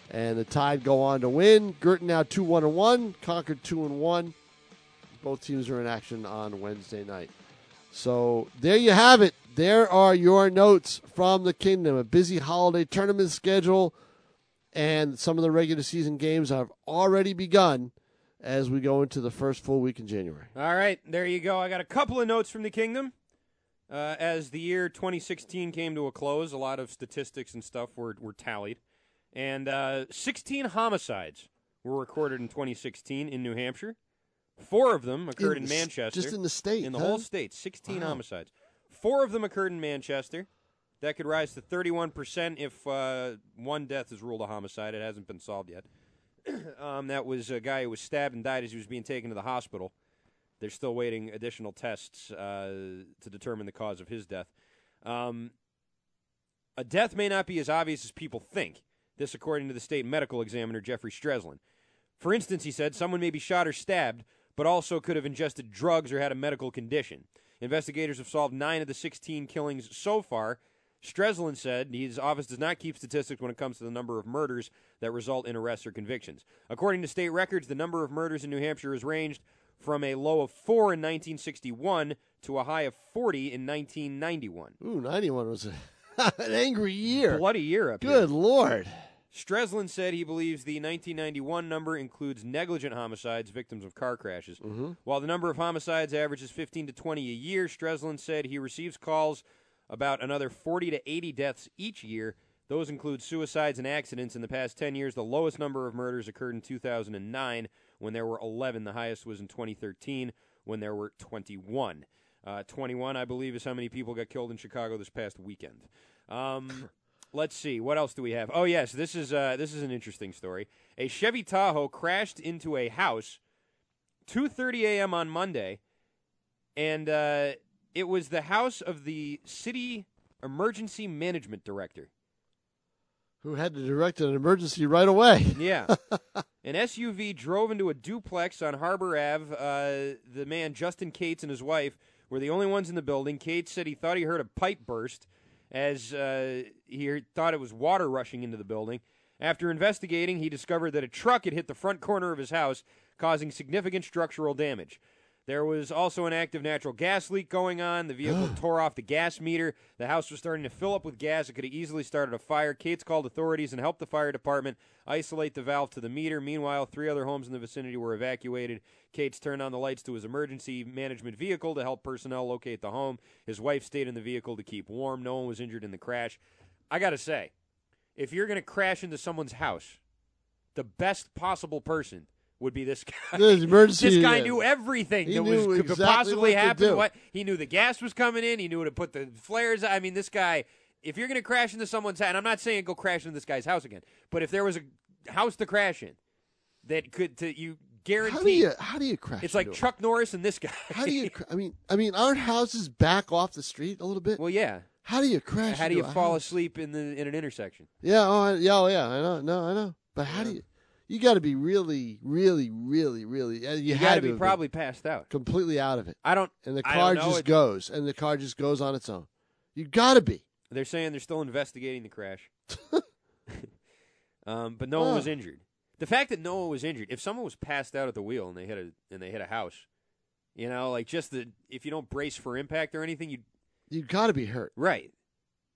Speaker 2: and the Tide go on to win. Girton now two one and one, Concord two and one. Both teams are in action on Wednesday night. So there you have it. There are your notes from the kingdom. A busy holiday tournament schedule, and some of the regular season games have already begun as we go into the first full week in January.
Speaker 1: All right, there you go. I got a couple of notes from the kingdom. Uh, as the year 2016 came to a close, a lot of statistics and stuff were, were tallied. And uh, 16 homicides were recorded in 2016 in New Hampshire. Four of them occurred
Speaker 2: In
Speaker 1: in,
Speaker 2: the s-
Speaker 1: Manchester.
Speaker 2: just in the state,
Speaker 1: In the
Speaker 2: huh?
Speaker 1: whole state, 16
Speaker 2: Wow.
Speaker 1: homicides. Four of them occurred in Manchester. That could rise to 31% if uh, one death is ruled a homicide. It hasn't been solved yet. um, that was a guy who was stabbed and died as he was being taken to the hospital. They're still waiting additional tests uh, to determine the cause of his death. Um, a death may not be as obvious as people think. This, according to the state medical examiner Jeffrey Streslin. For instance, he said someone may be shot or stabbed, but also could have ingested drugs or had a medical condition. Investigators have solved nine of the 16 killings so far. Streslin said his office does not keep statistics when it comes to the number of murders that result in arrests or convictions. According to state records, the number of murders in New Hampshire has ranged from a low of four in 1961 to a high of 40 in 1991.
Speaker 2: Ooh, 91 was a, an angry year.
Speaker 1: Bloody year up
Speaker 2: Good
Speaker 1: here.
Speaker 2: Lord.
Speaker 1: Streslin said he believes the 1991 number includes negligent homicides, victims of car crashes. While the number of homicides averages 15 to 20 a year, Streslin said he receives calls about another 40 to 80 deaths each year. Those include suicides and accidents. In the past 10 years, the lowest number of murders occurred in 2009 when there were 11. The highest was in 2013 when there were 21. Uh, 21, I believe, is how many people got killed in Chicago this past weekend. Um, Let's see. What else do we have? Oh yes, this is uh, this is an interesting story. A Chevy Tahoe crashed into a house 2:30 a.m. on Monday, and uh, it was the house of the city emergency management director.
Speaker 2: Who had to direct an emergency right away?
Speaker 1: Yeah. An SUV drove into a duplex on Harbor Ave. Uh, the man, Justin Cates, and his wife were the only ones in the building. Cates said he thought he heard a pipe burst as uh, he heard- thought it was water rushing into the building. After investigating, he discovered that a truck had hit the front corner of his house, causing significant structural damage. There was also an active natural gas leak going on. The vehicle tore off the gas meter. The house was starting to fill up with gas. It could have easily started a fire. Cates called authorities and helped the fire department isolate the valve to the meter. Meanwhile, three other homes in the vicinity were evacuated. Cates turned on the lights to his emergency management vehicle to help personnel locate the home. His wife stayed in the vehicle to keep warm. No one was injured in the crash. I got to say, if you're going to crash into someone's house, the best possible person would be this guy.
Speaker 2: This emergency-
Speaker 1: This guy knew everything
Speaker 2: He
Speaker 1: that
Speaker 2: knew
Speaker 1: was could
Speaker 2: exactly what
Speaker 1: possibly
Speaker 2: to
Speaker 1: happen.
Speaker 2: do.
Speaker 1: What he knew the gas was coming in. He knew to put the flares. I mean, this guy. If you're going to crash into someone's house, and I'm not saying go crash into this guy's house again, but if there was a house to crash in, that could to you guarantee.
Speaker 2: How do you how do you crash?
Speaker 1: it's like
Speaker 2: into it?
Speaker 1: Chuck Norris and this guy.
Speaker 2: How do you? cra- I mean, I mean, aren't houses back off the street a little bit?
Speaker 1: Well, yeah.
Speaker 2: How do you crash?
Speaker 1: How do you
Speaker 2: into a
Speaker 1: fall
Speaker 2: house?
Speaker 1: asleep in the in an intersection?
Speaker 2: Yeah, oh, I- yeah, oh, yeah. I know, no, I know. But how do you? You got to be really, really, really, really. uh, You,
Speaker 1: You,
Speaker 2: had
Speaker 1: got to
Speaker 2: to
Speaker 1: be
Speaker 2: have been
Speaker 1: probably passed out.
Speaker 2: completely out of it.
Speaker 1: I don't.
Speaker 2: And the
Speaker 1: I don't
Speaker 2: car
Speaker 1: know.
Speaker 2: just
Speaker 1: It-
Speaker 2: goes, and the car just goes on its own. You got to be.
Speaker 1: They're saying they're still investigating the crash. um, but no one was
Speaker 2: Huh.
Speaker 1: injured. The fact that no one was injured, if someone was passed out at the wheel and they hit a and they hit a house, you know, like just the if you don't brace for impact or anything, you
Speaker 2: You got to be hurt.
Speaker 1: right,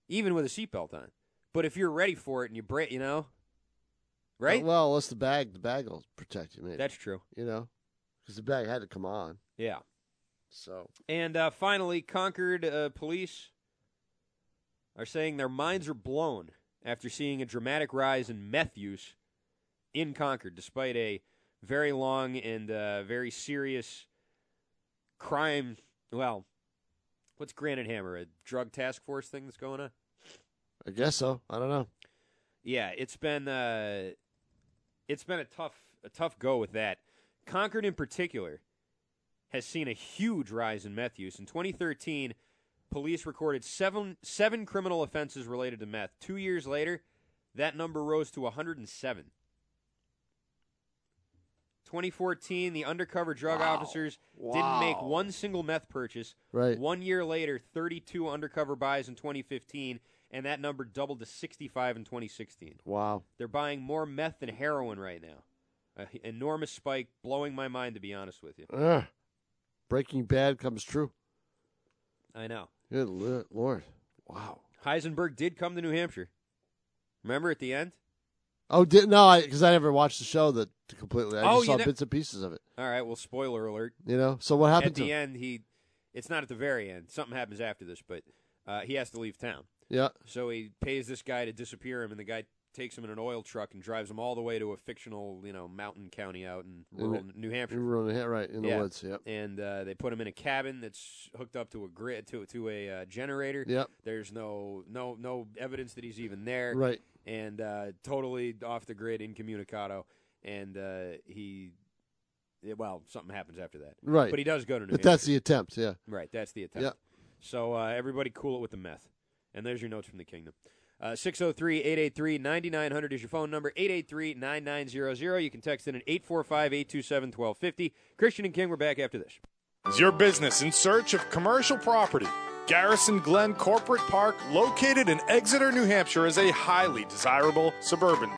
Speaker 1: even with a seatbelt on. But if you're ready for it and you break, you know, right?
Speaker 2: Uh, well, unless the bag, the bag will protect you. Maybe
Speaker 1: That's true.
Speaker 2: You know, because the bag had to come on.
Speaker 1: Yeah.
Speaker 2: So
Speaker 1: And uh, finally, Concord uh, police are saying their minds are blown after seeing a dramatic rise in meth use in Concord, despite a very long and uh, very serious crime. Well, what's Granite Hammer? A drug task force thing that's going on?
Speaker 2: I guess so. I don't know.
Speaker 1: Yeah, it's been uh, it's been a tough a tough go with that. Concord in particular has seen a huge rise in meth use. In 2013, police recorded seven seven criminal offenses related to meth. Two years later, that number rose to 107. 2014, the undercover drug officers didn't make
Speaker 2: Wow.
Speaker 1: one single meth purchase.
Speaker 2: Right.
Speaker 1: One year later, 32 undercover buys in 2015, and that number doubled to 65 in 2016.
Speaker 2: Wow.
Speaker 1: They're buying more meth than heroin right now. An enormous spike, blowing my mind, to be honest with you.
Speaker 2: Ugh. Breaking Bad comes true.
Speaker 1: I know.
Speaker 2: Good li- lord.
Speaker 1: Heisenberg did come to New Hampshire. Remember at the end?
Speaker 2: Oh, did no? I Because I, never watched the show that completely. I
Speaker 1: Oh,
Speaker 2: just
Speaker 1: you
Speaker 2: saw
Speaker 1: ne-
Speaker 2: bits and pieces of it.
Speaker 1: All right, well, spoiler alert.
Speaker 2: You know. So what happened
Speaker 1: at
Speaker 2: to
Speaker 1: the
Speaker 2: him?
Speaker 1: end? He, it's not at the very end. Something happens after this, but uh, he has to leave town.
Speaker 2: Yeah.
Speaker 1: So he pays this guy to disappear him, and the guy takes him in an oil truck and drives him all the way to a fictional, you know, mountain county out in
Speaker 2: In
Speaker 1: rural
Speaker 2: the-
Speaker 1: New Hampshire.
Speaker 2: rural New Ha- right, in the woods, yep.
Speaker 1: And uh, they put him in a cabin that's hooked up to a grid to to a uh, generator.
Speaker 2: Yep.
Speaker 1: There's no no no evidence that he's even there.
Speaker 2: Right.
Speaker 1: And uh, totally off the grid, incommunicado, and uh, he. yeah, Well, something happens after that,
Speaker 2: Right.
Speaker 1: But he does go to New
Speaker 2: But that's
Speaker 1: Hampshire.
Speaker 2: the attempt. Yeah.
Speaker 1: Right, that's the attempt.
Speaker 2: Yeah.
Speaker 1: So uh, everybody cool it with the meth. And there's your notes from the kingdom. Uh, 603 883 9900 is your phone number. 883 9900. You can text in at 845 827 1250. Christian and King, we're back after this.
Speaker 9: Is your business in search of commercial property? Garrison Glen Corporate Park, located in Exeter, New Hampshire, is a highly desirable suburban